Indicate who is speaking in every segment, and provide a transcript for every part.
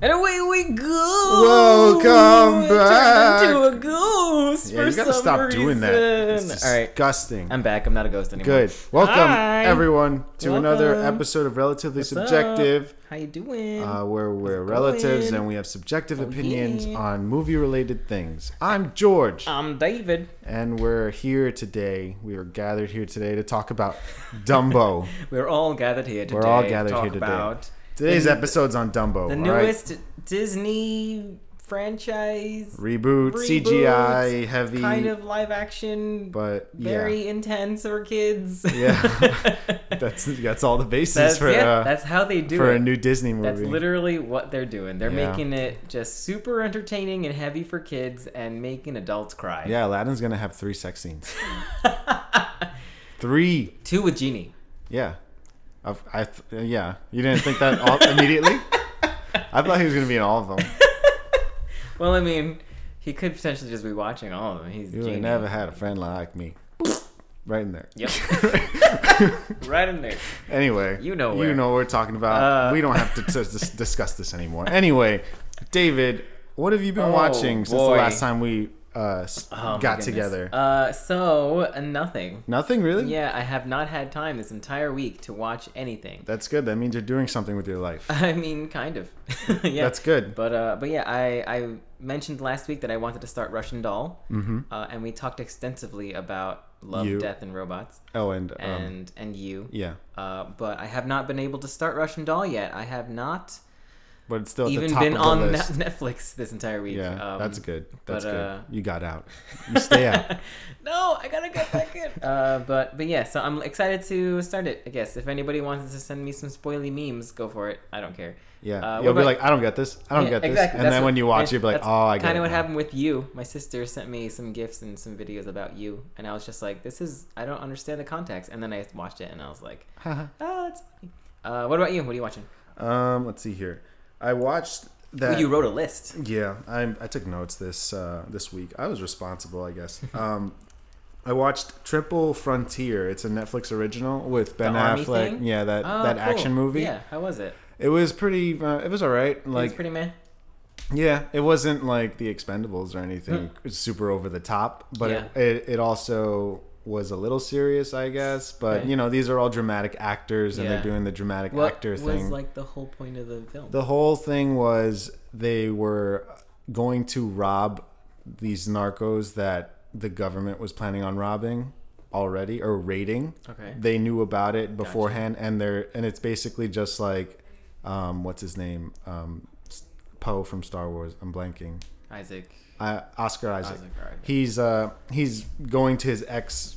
Speaker 1: And away we go.
Speaker 2: Welcome
Speaker 1: It
Speaker 2: back.
Speaker 1: Turned into a ghost.
Speaker 2: Yeah,
Speaker 1: for
Speaker 2: you gotta
Speaker 1: some
Speaker 2: stop doing that.
Speaker 1: reason.
Speaker 2: It's
Speaker 1: All right,
Speaker 2: disgusting.
Speaker 1: I'm back. I'm not a ghost anymore.
Speaker 2: Good. Welcome
Speaker 1: Hi.
Speaker 2: everyone to another
Speaker 1: Welcome.
Speaker 2: episode of Relatively
Speaker 1: up?
Speaker 2: Subjective,
Speaker 1: How you doing?
Speaker 2: uh, where we're relatives
Speaker 1: going?
Speaker 2: and we have subjective opinions
Speaker 1: Oh, yeah. Oh.
Speaker 2: on movie-related things. I'm George,
Speaker 1: I'm David.
Speaker 2: and we're here today. We are gathered here today to talk about Dumbo.
Speaker 1: We're all gathered here today.
Speaker 2: We're all
Speaker 1: to
Speaker 2: gathered
Speaker 1: talk
Speaker 2: here today.
Speaker 1: About
Speaker 2: Today's
Speaker 1: The-
Speaker 2: episode's on Dumbo.
Speaker 1: the
Speaker 2: all right?
Speaker 1: newest Disney franchise,
Speaker 2: reboot,
Speaker 1: Reboot,
Speaker 2: CGI heavy,
Speaker 1: kind of live action,
Speaker 2: but yeah.
Speaker 1: very intense for kids.
Speaker 2: yeah, that's that's all the basis
Speaker 1: that's,
Speaker 2: for
Speaker 1: yeah,
Speaker 2: uh,
Speaker 1: that's how they do
Speaker 2: for
Speaker 1: it.
Speaker 2: a new Disney movie.
Speaker 1: That's literally what they're doing. They're
Speaker 2: Yeah.
Speaker 1: making it just super entertaining and heavy for kids and making adults cry.
Speaker 2: Yeah, Aladdin's gonna have three sex scenes. three.
Speaker 1: Two with Genie.
Speaker 2: Yeah. Of- I, th- yeah. You didn't think that all, immediately? I thought he was gonna be in all of them.
Speaker 1: Well, I mean, he could potentially just be watching all of them. He's
Speaker 2: You
Speaker 1: Genie.
Speaker 2: ain't never had a friend like me. Right in there.
Speaker 1: Yep. right in there.
Speaker 2: Anyway,
Speaker 1: You know
Speaker 2: you
Speaker 1: where.
Speaker 2: know what we're talking about.
Speaker 1: Uh,
Speaker 2: we don't have to t- dis- discuss this anymore. Anyway, David, what have you been
Speaker 1: Oh,
Speaker 2: watching since the
Speaker 1: boy.
Speaker 2: last time we uh, s
Speaker 1: Oh, my
Speaker 2: got
Speaker 1: goodness.
Speaker 2: together?
Speaker 1: Uh, so uh, nothing.
Speaker 2: Nothing really.
Speaker 1: Yeah, I have not had time this entire week to watch anything.
Speaker 2: That's good. That means you're doing something with your life.
Speaker 1: I mean, kind of. yeah.
Speaker 2: That's good.
Speaker 1: But uh, but yeah, I I mentioned last week that I wanted to start Russian Doll, mm-hmm. uh, and we talked extensively about love,
Speaker 2: You.
Speaker 1: death, and robots,
Speaker 2: Oh, and, um,
Speaker 1: and and you.
Speaker 2: yeah,
Speaker 1: Uh, but I have not been able to start Russian Doll yet. I have not
Speaker 2: but it's still at the
Speaker 1: even
Speaker 2: top
Speaker 1: been
Speaker 2: of the
Speaker 1: on
Speaker 2: list.
Speaker 1: Net- Netflix this entire week.
Speaker 2: Yeah,
Speaker 1: Um,
Speaker 2: that's good. That's
Speaker 1: but,
Speaker 2: good.
Speaker 1: uh,
Speaker 2: you got out. You stay out.
Speaker 1: No, I gotta get back in. uh, but but yeah, so I'm excited to start it. I guess if anybody wants to send me some spoily memes, go for it. I don't care.
Speaker 2: Yeah,
Speaker 1: Uh,
Speaker 2: you'll
Speaker 1: what
Speaker 2: be
Speaker 1: about-
Speaker 2: like, I don't get this. I don't
Speaker 1: Yeah,
Speaker 2: get this.
Speaker 1: exactly.
Speaker 2: And
Speaker 1: That's
Speaker 2: then
Speaker 1: what-
Speaker 2: when you watch,
Speaker 1: and
Speaker 2: you'll be like,
Speaker 1: that's
Speaker 2: Oh, I get.
Speaker 1: Kind of
Speaker 2: it
Speaker 1: what
Speaker 2: now."
Speaker 1: happened with you. My sister sent me some gifs and some videos about you, and I was just like, "This is I don't understand the context." And then I watched it, and I was like, "Oh, that's." Funny. Uh, what about you? What are you watching?
Speaker 2: Um, let's see here. I watched
Speaker 1: Ooh,
Speaker 2: that.
Speaker 1: you wrote a list.
Speaker 2: Yeah, I I took notes this uh, this week. I was responsible, I guess. Um, I watched Triple Frontier. It's a Netflix original with Ben
Speaker 1: army
Speaker 2: Affleck.
Speaker 1: thing?
Speaker 2: Yeah, that
Speaker 1: Oh,
Speaker 2: that
Speaker 1: cool.
Speaker 2: action movie.
Speaker 1: Yeah, how was it?
Speaker 2: It was pretty. Uh, it was all right.
Speaker 1: Like, it
Speaker 2: Like
Speaker 1: was pretty man.
Speaker 2: Yeah, it wasn't like the Expendables or anything
Speaker 1: Hmm.
Speaker 2: super over the top, but it, it, it also was a little serious, I guess. But
Speaker 1: Right.
Speaker 2: you know, these are all dramatic actors, and
Speaker 1: Yeah.
Speaker 2: they're doing the dramatic
Speaker 1: What
Speaker 2: actor
Speaker 1: was
Speaker 2: thing.
Speaker 1: like the whole point of the film?
Speaker 2: the whole thing was they were going to rob these narcos that the government was planning on robbing already or raiding.
Speaker 1: Okay.
Speaker 2: They knew about it beforehand, and they're and it's basically just like, um, what's his name, um, Poe from Star Wars. I'm blanking
Speaker 1: Isaac.
Speaker 2: uh, Oscar Isaac.
Speaker 1: Isaac, all right.
Speaker 2: He's uh, he's going to his ex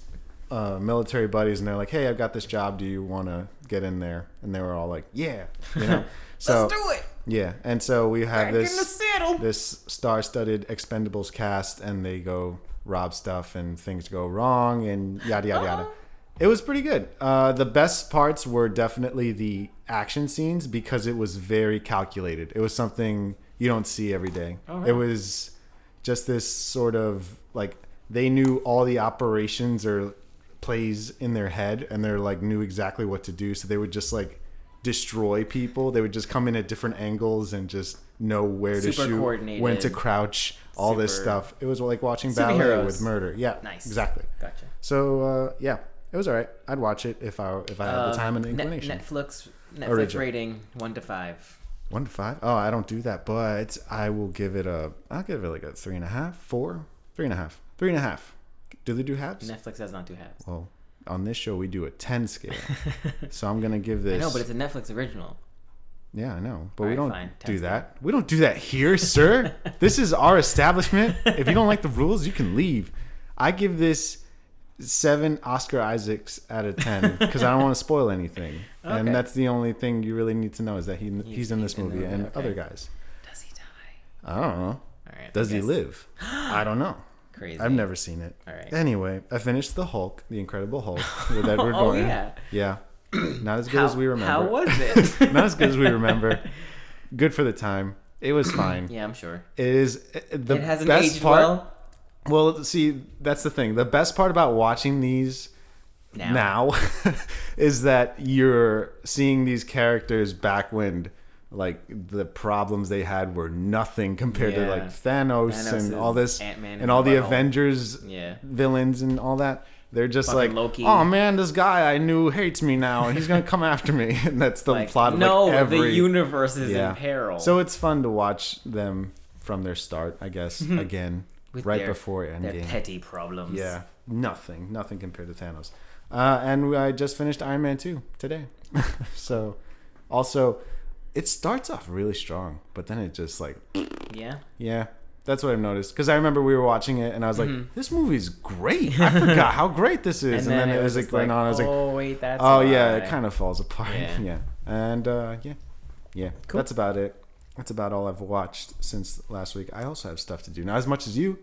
Speaker 2: uh, military buddies, and they're like, "Hey, I've got this job. Do you want to get in there?" And they were all like, "Yeah." You know? so
Speaker 1: Let's do it.
Speaker 2: yeah, and so we have
Speaker 1: Back in the
Speaker 2: this
Speaker 1: saddle.
Speaker 2: this star-studded Expendables cast, and they go rob stuff, and things go wrong, and yada yada yada.
Speaker 1: Oh.
Speaker 2: It was pretty good. Uh, the best parts were definitely the action scenes because it was very calculated. It was something you don't see every day.
Speaker 1: Oh,
Speaker 2: It
Speaker 1: wow.
Speaker 2: was just this sort of like they knew all the operations or plays in their head, and they're like knew exactly what to do. So they would just like destroy people. They would just come in at different angles and just know where to
Speaker 1: Super
Speaker 2: shoot,
Speaker 1: coordinated.
Speaker 2: when to crouch, all this
Speaker 1: Super-
Speaker 2: stuff. It was like watching ballet
Speaker 1: Superheroes.
Speaker 2: with murder. Yeah,
Speaker 1: Nice.
Speaker 2: exactly.
Speaker 1: Gotcha.
Speaker 2: So uh, yeah, it was all right. I'd watch it if I if I had uh, the
Speaker 1: Um,
Speaker 2: time and the
Speaker 1: Net-
Speaker 2: inclination.
Speaker 1: Netflix Netflix
Speaker 2: Original.
Speaker 1: rating one to five.
Speaker 2: One to five. Oh, I don't do that, but I will give it a. I'll give it like a three and a half, four, three and a half, three and a half. Do they do halves?
Speaker 1: Netflix does not do halves.
Speaker 2: Well, on this show we do a ten scale, so I'm gonna give this.
Speaker 1: I know, but it's a Netflix original.
Speaker 2: yeah, I know, but we
Speaker 1: Alright,
Speaker 2: don't
Speaker 1: fine, 10
Speaker 2: do
Speaker 1: scale.
Speaker 2: that. We don't do that here, sir. this is our establishment. If you don't like the rules, you can leave. I give this seven Oscar Isaacs out of ten because I don't want to spoil anything,
Speaker 1: Okay.
Speaker 2: and that's the only thing you really need to know is that he he's in this
Speaker 1: he's in
Speaker 2: movie
Speaker 1: the movie,
Speaker 2: and
Speaker 1: okay.
Speaker 2: other guys.
Speaker 1: Does he die?
Speaker 2: I don't know.
Speaker 1: All right. I
Speaker 2: Does he
Speaker 1: guess.
Speaker 2: live? I don't know.
Speaker 1: Crazy.
Speaker 2: I've never seen it.
Speaker 1: All right.
Speaker 2: Anyway, I finished the Hulk, the Incredible Hulk with Edward
Speaker 1: Oh,
Speaker 2: Norton.
Speaker 1: yeah.
Speaker 2: Yeah. Not as good
Speaker 1: How-
Speaker 2: as we remember.
Speaker 1: How was it?
Speaker 2: Not as good as we remember. Good for the time. It was fine.
Speaker 1: yeah, I'm sure.
Speaker 2: It is uh, the
Speaker 1: It hasn't
Speaker 2: best
Speaker 1: aged
Speaker 2: part.
Speaker 1: well.
Speaker 2: Well, see, that's the thing. The best part about watching these
Speaker 1: Now.
Speaker 2: now, is that you're seeing these characters back when like the problems they had were nothing compared
Speaker 1: Yeah.
Speaker 2: to like Thanos,
Speaker 1: Thanos
Speaker 2: and all
Speaker 1: is
Speaker 2: this
Speaker 1: Ant-Man in
Speaker 2: and all
Speaker 1: the
Speaker 2: the
Speaker 1: bottle.
Speaker 2: Avengers
Speaker 1: Yeah.
Speaker 2: villains and all that. They're just
Speaker 1: Fucking
Speaker 2: like,
Speaker 1: Loki.
Speaker 2: oh man, this guy I knew hates me now, and he's gonna come after me. And that's the
Speaker 1: Like,
Speaker 2: plot of
Speaker 1: no,
Speaker 2: like every
Speaker 1: the universe is in peril.
Speaker 2: So it's fun to watch them from their start, I guess. again,
Speaker 1: Mm-hmm. With
Speaker 2: right
Speaker 1: their-
Speaker 2: before
Speaker 1: they're
Speaker 2: Endgame.
Speaker 1: petty problems.
Speaker 2: Yeah, nothing, nothing compared to Thanos. Uh, and I just finished Iron Man two today, so also it starts off really strong, but then it just like
Speaker 1: Yeah.
Speaker 2: yeah, that's what I've noticed. Because I remember we were watching it, and I was like,
Speaker 1: Mm-hmm.
Speaker 2: "This movie's great." I forgot how great this is, and, then, it was like
Speaker 1: just
Speaker 2: going on. I was like, "Oh,
Speaker 1: oh wait, that's
Speaker 2: yeah," it kind of falls apart.
Speaker 1: Yeah.
Speaker 2: Yeah, and uh, yeah, yeah,
Speaker 1: Cool.
Speaker 2: that's about it. That's about all I've watched since last week. I also have stuff to do, not as much as you,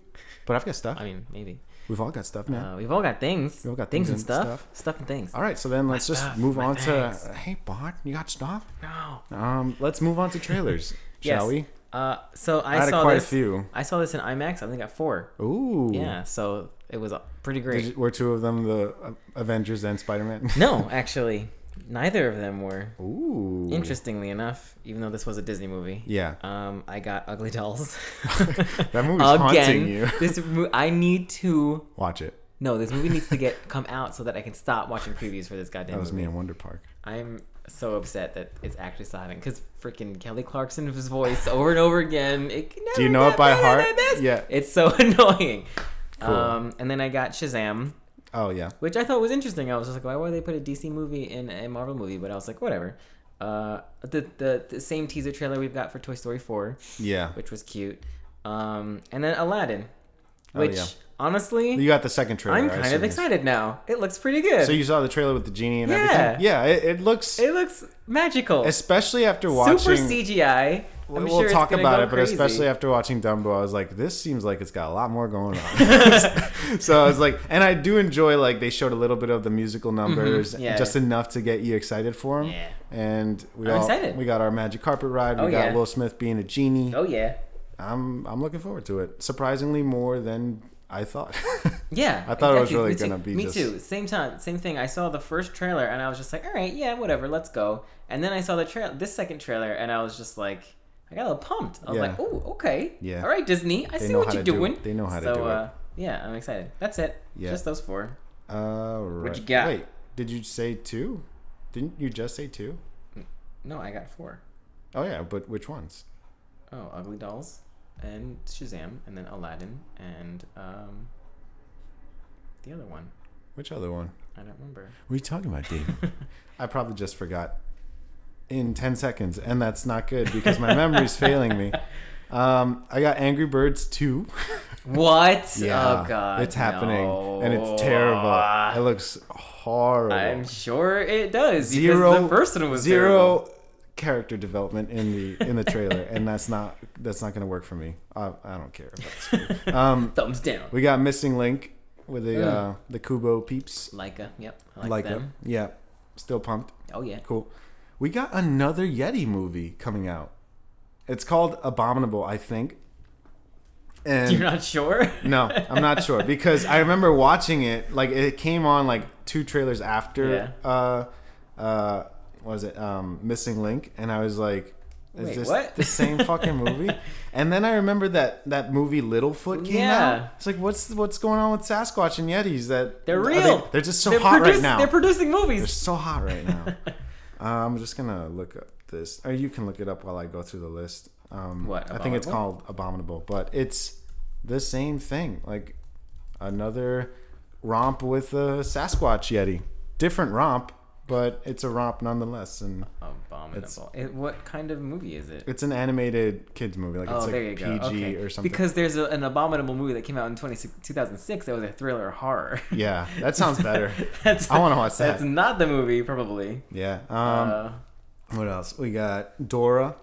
Speaker 2: but I've got stuff.
Speaker 1: I mean, maybe.
Speaker 2: We've all got stuff, man.
Speaker 1: Uh, we've all got things.
Speaker 2: We've all got
Speaker 1: things,
Speaker 2: things
Speaker 1: and
Speaker 2: and
Speaker 1: stuff.
Speaker 2: stuff. Uh,
Speaker 1: Stuff and things.
Speaker 2: all right, so then let's just
Speaker 1: stuff,
Speaker 2: move
Speaker 1: my
Speaker 2: on
Speaker 1: things.
Speaker 2: to. Hey, Bart, you got stuff?
Speaker 1: No.
Speaker 2: Um, let's move on to trailers,
Speaker 1: Yes.
Speaker 2: shall we?
Speaker 1: Uh, so I,
Speaker 2: I had
Speaker 1: saw
Speaker 2: quite a
Speaker 1: this.
Speaker 2: few.
Speaker 1: I saw this in IMAX. I think at four.
Speaker 2: Ooh,
Speaker 1: Yeah. So it was uh, pretty great.
Speaker 2: Did you- were two of them the uh, Avengers and Spider Man?
Speaker 1: No, actually, neither of them were.
Speaker 2: Ooh.
Speaker 1: Interestingly enough, even though this was a Disney movie,
Speaker 2: Yeah.
Speaker 1: um, I got Ugly Dolls.
Speaker 2: That movie's haunting you.
Speaker 1: this mo- I need to
Speaker 2: Watch it.
Speaker 1: no. This movie needs to get come out so that I can stop watching previews for this goddamn
Speaker 2: That was
Speaker 1: movie.
Speaker 2: me in Wonder Park.
Speaker 1: I'm so upset that it's actually still happening because freaking Kelly Clarkson's voice over and over again. It can
Speaker 2: Do you
Speaker 1: never
Speaker 2: know it
Speaker 1: get
Speaker 2: by
Speaker 1: better
Speaker 2: heart?
Speaker 1: than this.
Speaker 2: Yeah.
Speaker 1: it's so annoying.
Speaker 2: Cool.
Speaker 1: Um, and then I got Shazam.
Speaker 2: Oh yeah.
Speaker 1: which I thought was interesting. I was just like, why would they put a DC movie in a Marvel movie? But I was like, whatever. Uh, the, the the same teaser trailer we've got for Toy Story four,
Speaker 2: Yeah.
Speaker 1: which was cute. Um, and then Aladdin,
Speaker 2: Oh,
Speaker 1: which
Speaker 2: yeah.
Speaker 1: honestly,
Speaker 2: You got the second trailer.
Speaker 1: I'm
Speaker 2: I
Speaker 1: kind
Speaker 2: assume.
Speaker 1: of excited now. It looks pretty good.
Speaker 2: So you saw the trailer with the genie and
Speaker 1: Yeah.
Speaker 2: everything. Yeah. It, it looks,
Speaker 1: it looks magical.
Speaker 2: especially after watching.
Speaker 1: Super CGI. I'm
Speaker 2: we'll
Speaker 1: sure it's
Speaker 2: talk
Speaker 1: gonna
Speaker 2: about
Speaker 1: go
Speaker 2: it, but
Speaker 1: crazy.
Speaker 2: especially after watching Dumbo, I was like, this seems like it's got a lot more going on. so I was like, and I do enjoy like they showed a little bit of the musical numbers,
Speaker 1: Mm-hmm. Yeah.
Speaker 2: just enough to get you excited for them.
Speaker 1: Yeah.
Speaker 2: And we
Speaker 1: I'm
Speaker 2: all
Speaker 1: excited.
Speaker 2: we got our magic carpet ride. We
Speaker 1: Oh,
Speaker 2: got
Speaker 1: yeah.
Speaker 2: Will Smith being a genie.
Speaker 1: Oh yeah,
Speaker 2: I'm I'm looking forward to it. Surprisingly, more than I thought.
Speaker 1: yeah.
Speaker 2: I thought it was really
Speaker 1: Me too.
Speaker 2: gonna be
Speaker 1: Me
Speaker 2: just-
Speaker 1: too. Same time, same thing. I saw the first trailer and I was just like, all right, yeah, whatever, let's go. And then I saw the trail, this second trailer, and I was just like, I got a little pumped. I was
Speaker 2: Yeah.
Speaker 1: like, oh, okay,
Speaker 2: Yeah.
Speaker 1: all right, Disney, I see
Speaker 2: know
Speaker 1: what
Speaker 2: how
Speaker 1: you're
Speaker 2: to do
Speaker 1: doing.
Speaker 2: it. They know how to
Speaker 1: so,
Speaker 2: do it.
Speaker 1: Uh, yeah, I'm excited. That's it.
Speaker 2: Yeah.
Speaker 1: Just those four.
Speaker 2: All right.
Speaker 1: you got?
Speaker 2: Wait, did you say two? Didn't you just say two?
Speaker 1: No, I got four.
Speaker 2: Oh yeah, but which ones?
Speaker 1: Oh, Ugly Dolls, and Shazam, and then Aladdin, and um, the other one.
Speaker 2: Which other one?
Speaker 1: I don't remember.
Speaker 2: What are you talking about, Dave? I probably just forgot in 10 seconds, and that's not good because my memory's failing me. Um, I got Angry Birds 2.
Speaker 1: What? oh God,
Speaker 2: It's happening, and it's
Speaker 1: no. Ah.
Speaker 2: terrible. It looks horrible.
Speaker 1: I'm sure it does. Because
Speaker 2: zero
Speaker 1: the first one was
Speaker 2: zero
Speaker 1: terrible.
Speaker 2: character development in the in the trailer, and that's not that's not going to work for me. I, I don't care. About this. Um,
Speaker 1: Thumbs down.
Speaker 2: we got Missing Link with the
Speaker 1: Mm.
Speaker 2: uh, the Kubo peeps.
Speaker 1: Leica. Yep. I like,
Speaker 2: Like it.
Speaker 1: them.
Speaker 2: Yeah, still pumped.
Speaker 1: Oh yeah.
Speaker 2: Cool. We got another Yeti movie coming out. It's called Abominable, I think. And
Speaker 1: You're not sure?
Speaker 2: no, I'm not sure because I remember watching it. Like it came on like two trailers after. Uh, uh, what was it um, Missing Link? And I was like, "Is
Speaker 1: Wait,
Speaker 2: this
Speaker 1: what?
Speaker 2: the same fucking movie?" and then I remember that that movie Littlefoot came
Speaker 1: Yeah.
Speaker 2: out. It's like, what's what's going on with Sasquatch and Yetis? That
Speaker 1: They're
Speaker 2: are
Speaker 1: real.
Speaker 2: They, are just so
Speaker 1: They're
Speaker 2: hot
Speaker 1: produce-
Speaker 2: right now.
Speaker 1: They're producing
Speaker 2: They're
Speaker 1: movies.
Speaker 2: so hot right now. Uh, I'm just gonna look up this, or you can look it up while I go through the list. Um,
Speaker 1: What,
Speaker 2: I think it's
Speaker 1: Abominable?
Speaker 2: called Abominable, but it's the same thing. Like another romp with a Sasquatch Yeti. Different romp, but it's a romp nonetheless, and
Speaker 1: Abominable. It, what kind of movie is it?
Speaker 2: it's an animated kids movie. Like
Speaker 1: Oh,
Speaker 2: it's
Speaker 1: there you
Speaker 2: like PG
Speaker 1: go. okay.
Speaker 2: or something.
Speaker 1: Because there's a, an abominable movie that came out in 26 2006 that was a thriller horror.
Speaker 2: yeah, that sounds better.
Speaker 1: that's,
Speaker 2: I want to watch
Speaker 1: That's
Speaker 2: that.
Speaker 1: not the movie, probably.
Speaker 2: Yeah. Um,
Speaker 1: uh,
Speaker 2: What else? We got Dora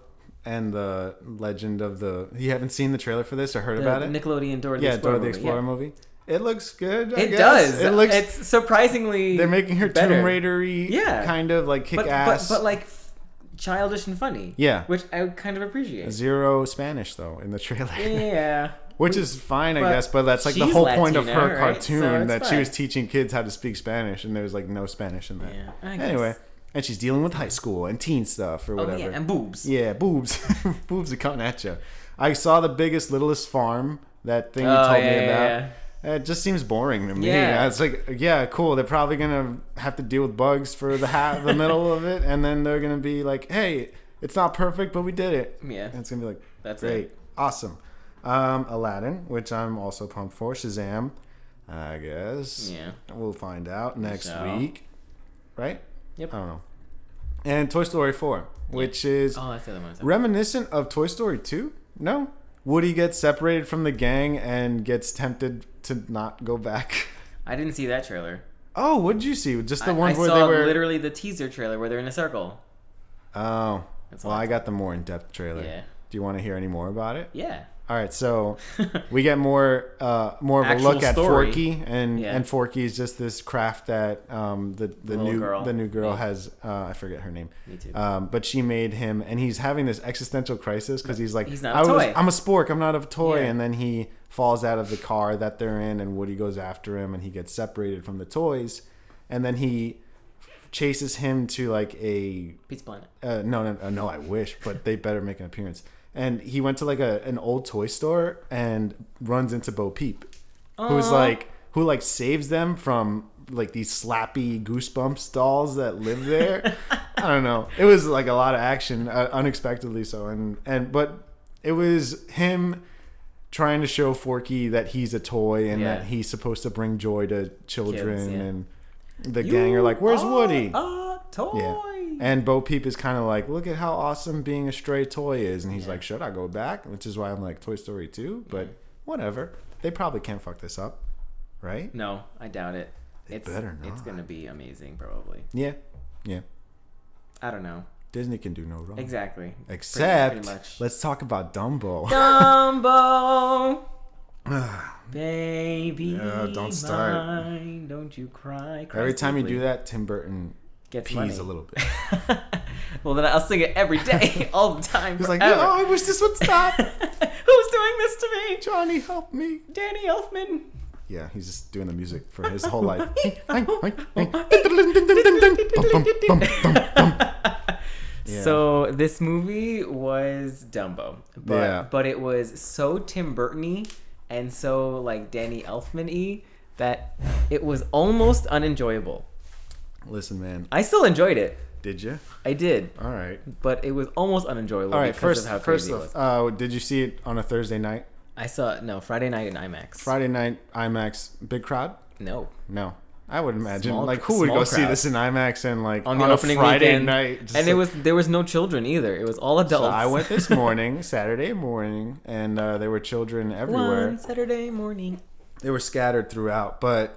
Speaker 2: and the Legend of the. You haven't seen the trailer for this or heard
Speaker 1: the
Speaker 2: about it?
Speaker 1: Nickelodeon Dora the
Speaker 2: yeah,
Speaker 1: Explorer.
Speaker 2: Dora the
Speaker 1: movie, yeah.
Speaker 2: Explorer movie. It looks good. I
Speaker 1: It
Speaker 2: guess.
Speaker 1: does.
Speaker 2: It looks.
Speaker 1: It's surprisingly.
Speaker 2: they're making her
Speaker 1: better.
Speaker 2: Tomb Raidery.
Speaker 1: Yeah.
Speaker 2: Kind of like kick
Speaker 1: but,
Speaker 2: ass.
Speaker 1: But, but like f- childish and funny.
Speaker 2: Yeah.
Speaker 1: Which I kind of appreciate.
Speaker 2: Zero Spanish though in the trailer,
Speaker 1: Yeah.
Speaker 2: which is fine, I
Speaker 1: Eh, but
Speaker 2: guess. But that's like the
Speaker 1: she's
Speaker 2: whole point of
Speaker 1: Latina,
Speaker 2: her
Speaker 1: right?
Speaker 2: cartoon
Speaker 1: So it's
Speaker 2: that she
Speaker 1: fine.
Speaker 2: was teaching kids how to speak Spanish, and there was like no Spanish in that.
Speaker 1: Yeah, I guess.
Speaker 2: Anyway, and she's dealing with high school and teen stuff or
Speaker 1: Oh
Speaker 2: whatever.
Speaker 1: yeah, and boobs.
Speaker 2: Yeah, boobs. boobs are coming at you. I saw the biggest, littlest farm. That thing you
Speaker 1: Oh,
Speaker 2: told
Speaker 1: yeah,
Speaker 2: me about.
Speaker 1: yeah,
Speaker 2: It just seems boring to me.
Speaker 1: Yeah.
Speaker 2: It's like, yeah, cool. They're probably gonna have to deal with bugs for the half, the middle of it, and then they're gonna be like, hey, it's not perfect, but we did it.
Speaker 1: Yeah.
Speaker 2: And it's gonna be like,
Speaker 1: That's
Speaker 2: great,
Speaker 1: it.
Speaker 2: awesome. Um, Aladdin, which I'm also pumped for. Shazam, I guess.
Speaker 1: Yeah.
Speaker 2: We'll find out next
Speaker 1: shall.
Speaker 2: week, right?
Speaker 1: Yep.
Speaker 2: I don't know. And Toy Story 4, which is
Speaker 1: Oh, that's the other one. I said.
Speaker 2: reminiscent of Toy Story 2? No. Woody gets separated from the gang and gets tempted to not go back.
Speaker 1: I didn't see that trailer.
Speaker 2: Oh, what did you see? Just the
Speaker 1: I-
Speaker 2: ones
Speaker 1: I
Speaker 2: where
Speaker 1: saw
Speaker 2: they were.
Speaker 1: literally the teaser trailer where they're in a circle.
Speaker 2: oh,
Speaker 1: That's
Speaker 2: well,
Speaker 1: all I
Speaker 2: I got the more in-depth trailer.
Speaker 1: Yeah.
Speaker 2: Do you want to hear any more about it?
Speaker 1: Yeah.
Speaker 2: All right, so we get more uh, more of
Speaker 1: Actual
Speaker 2: a look at
Speaker 1: story.
Speaker 2: Forky, and
Speaker 1: Yeah.
Speaker 2: and Forky is just this craft that um, the the
Speaker 1: Little
Speaker 2: new
Speaker 1: girl.
Speaker 2: the new girl
Speaker 1: Yeah.
Speaker 2: has. Uh, I forget her name.
Speaker 1: Me too.
Speaker 2: Um, but she made him, and he's having this existential crisis because he's like,
Speaker 1: He's not a
Speaker 2: I was,
Speaker 1: toy."
Speaker 2: I'm a spork, I'm not a toy,
Speaker 1: Yeah.
Speaker 2: and then he falls out of the car that they're in, and Woody goes after him, and he gets separated from the toys, and then he chases him to like a
Speaker 1: Pizza Planet.
Speaker 2: uh, no, no, uh, no, I wish, but they better make an appearance. And he went to like a an old toy store and runs into Bo Peep, who's
Speaker 1: Aw.
Speaker 2: like who like saves them from like these slappy goosebumps dolls that live there. I don't know. It was like a lot of action, uh, unexpectedly so, and and but it was him trying to show Forky that he's a toy and
Speaker 1: Yeah.
Speaker 2: that he's supposed to bring joy to children
Speaker 1: yeah.
Speaker 2: and the gang are like, "Where's
Speaker 1: You
Speaker 2: Woody?"
Speaker 1: are A toy.
Speaker 2: Yeah. And Bo Peep is kind of like, look at how awesome being a stray toy is. And he's
Speaker 1: Yeah.
Speaker 2: like, should I go back? Which is why I'm like, Toy Story 2, but whatever. They probably can't fuck this up, right?
Speaker 1: No, I doubt it. It's
Speaker 2: better
Speaker 1: it's
Speaker 2: not.
Speaker 1: gonna be amazing, probably.
Speaker 2: Yeah. Yeah.
Speaker 1: I don't know
Speaker 2: Disney can do no wrong.
Speaker 1: exactly.
Speaker 2: Except,
Speaker 1: pretty much.
Speaker 2: let's talk about Dumbo.
Speaker 1: Dumbo. Baby,
Speaker 2: Yeah, don't start.
Speaker 1: mine, don't you cry.
Speaker 2: Every time you do that, Tim Burton
Speaker 1: Gets
Speaker 2: pees
Speaker 1: money.
Speaker 2: a little bit.
Speaker 1: well, then I'll sing it every day, all the time.
Speaker 2: He's like,
Speaker 1: forever.
Speaker 2: oh, I wish this would stop.
Speaker 1: Who's doing this to me?
Speaker 2: Johnny, help me.
Speaker 1: Danny Elfman.
Speaker 2: Yeah, he's just doing the music for his whole life. yeah.
Speaker 1: So this movie was Dumbo, but
Speaker 2: Yeah.
Speaker 1: but it was so Tim Burton-y and so like Danny Elfman-y that it was almost unenjoyable.
Speaker 2: Listen, man.
Speaker 1: I still enjoyed it.
Speaker 2: Did you?
Speaker 1: I did,
Speaker 2: All right.
Speaker 1: but it was almost unenjoyable
Speaker 2: All right.
Speaker 1: because
Speaker 2: First,
Speaker 1: of how
Speaker 2: first
Speaker 1: crazy it
Speaker 2: off,
Speaker 1: was.
Speaker 2: uh, did you see it on a Thursday night?
Speaker 1: I saw no Friday night in IMAX.
Speaker 2: Friday night IMAX, big crowd?
Speaker 1: no,
Speaker 2: No, I would imagine.
Speaker 1: Small-
Speaker 2: like, who would
Speaker 1: small
Speaker 2: go see
Speaker 1: crowd.
Speaker 2: this in IMAX and like
Speaker 1: on the
Speaker 2: a
Speaker 1: opening
Speaker 2: Friday
Speaker 1: weekend,
Speaker 2: night? just
Speaker 1: and it
Speaker 2: like-
Speaker 1: was there was no children either. It was all adults.
Speaker 2: So I went this morning, Saturday morning, and uh, there were children everywhere.
Speaker 1: One Saturday morning.
Speaker 2: they were scattered throughout but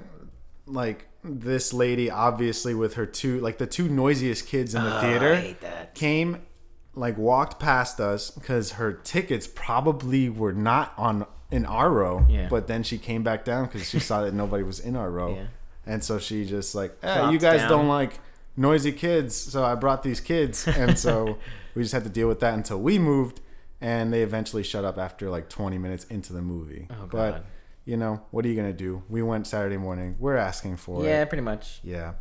Speaker 2: like this lady obviously with her two like the two noisiest kids in the
Speaker 1: Oh,
Speaker 2: theater
Speaker 1: I hate that.
Speaker 2: came like walked past us because her tickets probably were not on in our row
Speaker 1: Yeah.
Speaker 2: but then she came back down because she saw that nobody was in our row
Speaker 1: Yeah.
Speaker 2: and so she just like eh,
Speaker 1: Dropped
Speaker 2: you guys
Speaker 1: down.
Speaker 2: don't like noisy kids so i brought these kids and so we just had to deal with that until we moved and they eventually shut up after like 20 minutes into the movie
Speaker 1: Oh,
Speaker 2: but
Speaker 1: God.
Speaker 2: you know, what are you gonna do? We went Saturday morning. We're asking for
Speaker 1: Yeah,
Speaker 2: it.
Speaker 1: pretty much.
Speaker 2: Yeah.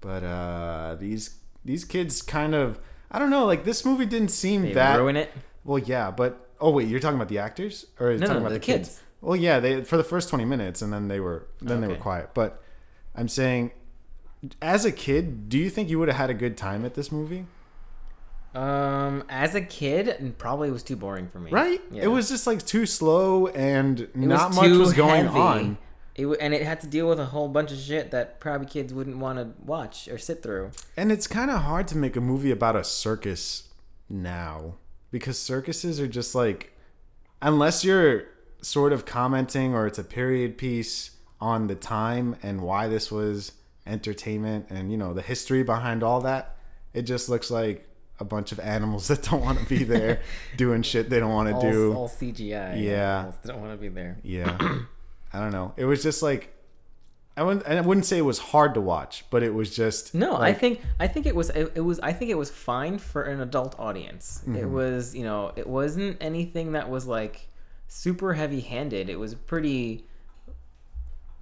Speaker 2: But uh these these kids kind of I don't know, like this movie didn't seem
Speaker 1: They
Speaker 2: that
Speaker 1: ruin it.
Speaker 2: well yeah, but oh wait, you're talking about the actors? Or are you
Speaker 1: No,
Speaker 2: talking
Speaker 1: no,
Speaker 2: about
Speaker 1: the
Speaker 2: the, kids?
Speaker 1: kids.
Speaker 2: Well yeah, they for the first twenty minutes and then they were then they were
Speaker 1: Okay.
Speaker 2: quiet. But I'm saying as a kid, do you think you would have had a good time at this movie?
Speaker 1: Um, as a kid, and probably it was too boring for me.
Speaker 2: Right?
Speaker 1: Yeah.
Speaker 2: It was just like too slow and
Speaker 1: It
Speaker 2: not
Speaker 1: was
Speaker 2: much
Speaker 1: too
Speaker 2: was going
Speaker 1: heavy.
Speaker 2: on.
Speaker 1: It w- and it had to deal with a whole bunch of shit that probably kids wouldn't want to watch or sit through.
Speaker 2: And it's kind of hard to make a movie about a circus now because circuses are just like, unless you're sort of commenting or it's a period piece on the time and why this was entertainment and, you know, the history behind all that, it just looks like a bunch of animals that don't want to be there doing shit they don't want
Speaker 1: All,
Speaker 2: to do.
Speaker 1: all CGI.
Speaker 2: Yeah.
Speaker 1: Animals don't want to be there.
Speaker 2: Yeah. I don't know. It was just like, I wouldn't, and I wouldn't say it was hard to watch, but it was just.
Speaker 1: No,
Speaker 2: like,
Speaker 1: I think I think it was it, it was I think it was fine for an adult audience. It
Speaker 2: Mm-hmm.
Speaker 1: was you know it wasn't anything that was like super heavy handed. It was pretty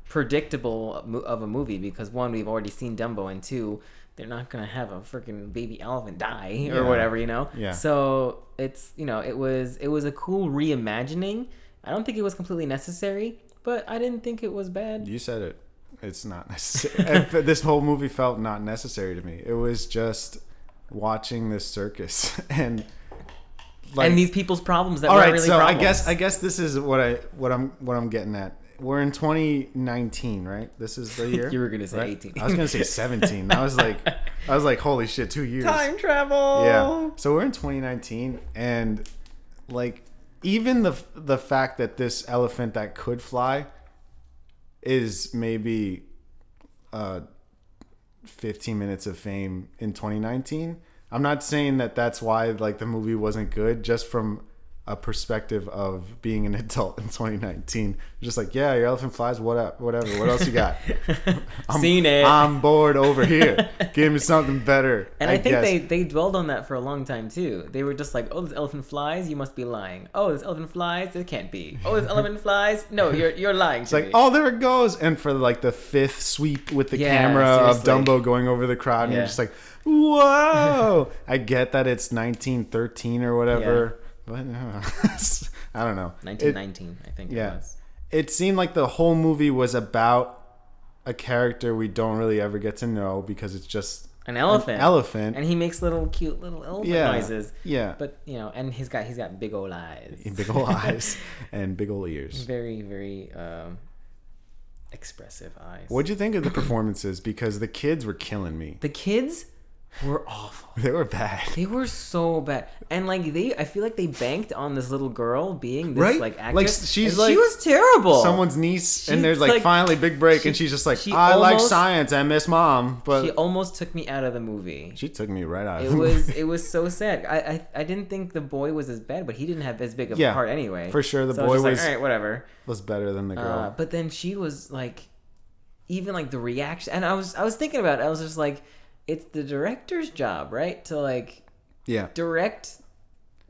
Speaker 1: predictable mo- of a movie because one, we've already seen Dumbo, and two, they're not gonna have a freaking baby elephant die or
Speaker 2: Yeah.
Speaker 1: whatever, you know.
Speaker 2: Yeah.
Speaker 1: So it's you know it was it was a cool reimagining. I don't think it was completely necessary, but I didn't think it was bad.
Speaker 2: You said it. It's not necessary. this whole movie felt not necessary to me. It was just watching this circus and like.
Speaker 1: and these people's problems that
Speaker 2: all
Speaker 1: were
Speaker 2: right,
Speaker 1: really
Speaker 2: so
Speaker 1: problems.
Speaker 2: I guess I guess this is what I what I'm what I'm getting at. We're in 2019, right? This is the year.
Speaker 1: You were gonna say
Speaker 2: right?
Speaker 1: 18.
Speaker 2: I was gonna say 17. I was like, I was like, holy shit, two years.
Speaker 1: time travel.
Speaker 2: Yeah. So we're in 2019, and like even the the fact that this elephant that could fly is maybe uh 15 minutes of fame in 2019. I'm not saying that that's why like the movie wasn't good, just from a perspective of being an adult in 2019. Just like, yeah, your elephant flies. What up? Whatever. What else you got? I'm-
Speaker 1: Seen it.
Speaker 2: I'm bored over here. Give me something better.
Speaker 1: And I, think
Speaker 2: guess.
Speaker 1: they, they dwelled on that for a long time too. They were just like, "Oh, this elephant flies. You must be lying. Oh, this elephant flies. It can't be. Oh, this elephant flies. No, you're you're lying."
Speaker 2: It's like, oh, there it goes. And for like the fifth sweep with the
Speaker 1: Yeah,
Speaker 2: camera
Speaker 1: seriously.
Speaker 2: of Dumbo going over the crowd, and you're
Speaker 1: Yeah.
Speaker 2: just like, whoa. I get that it's 1913 or whatever. But uh, I don't know.
Speaker 1: nineteen
Speaker 2: It,
Speaker 1: nineteen, I think.
Speaker 2: yeah.
Speaker 1: It was.
Speaker 2: it seemed like the whole movie was about a character we don't really ever get to know because it's just
Speaker 1: An elephant.
Speaker 2: an elephant.
Speaker 1: And he makes little cute little elephant
Speaker 2: yeah.
Speaker 1: noises.
Speaker 2: Yeah. But-
Speaker 1: But you know, and he's got he's got big old eyes.
Speaker 2: big ol' eyes and big ol' ears.
Speaker 1: very very um, expressive eyes.
Speaker 2: What'd you think of the performances? Because the kids were killing me.
Speaker 1: The kids were awful.
Speaker 2: They were bad.
Speaker 1: They were so bad, and like they, I feel like they banked on this little girl being this
Speaker 2: Right?
Speaker 1: like
Speaker 2: Like,
Speaker 1: actress.
Speaker 2: she's
Speaker 1: and
Speaker 2: like-
Speaker 1: she was terrible.
Speaker 2: someone's niece,
Speaker 1: She's
Speaker 2: and there's like,
Speaker 1: like-
Speaker 2: finally big break,
Speaker 1: she-
Speaker 2: and she's just like,
Speaker 1: she
Speaker 2: I like
Speaker 1: almost-
Speaker 2: science, I miss mom, but
Speaker 1: she
Speaker 2: she,
Speaker 1: almost took me out of the movie.
Speaker 2: took me right out.
Speaker 1: It
Speaker 2: of the
Speaker 1: was
Speaker 2: movie.
Speaker 1: it was so sad. I, I I didn't think the boy was as bad, but he didn't have as big of
Speaker 2: Yeah,
Speaker 1: a part anyway.
Speaker 2: for sure the
Speaker 1: So I
Speaker 2: boy
Speaker 1: was, just
Speaker 2: was-
Speaker 1: like, all right, whatever.
Speaker 2: was better than the girl.
Speaker 1: Uh, but then she was like, even like the reaction, and I was I was thinking about it. I was just like, it's the director's job, right, to like
Speaker 2: yeah,
Speaker 1: direct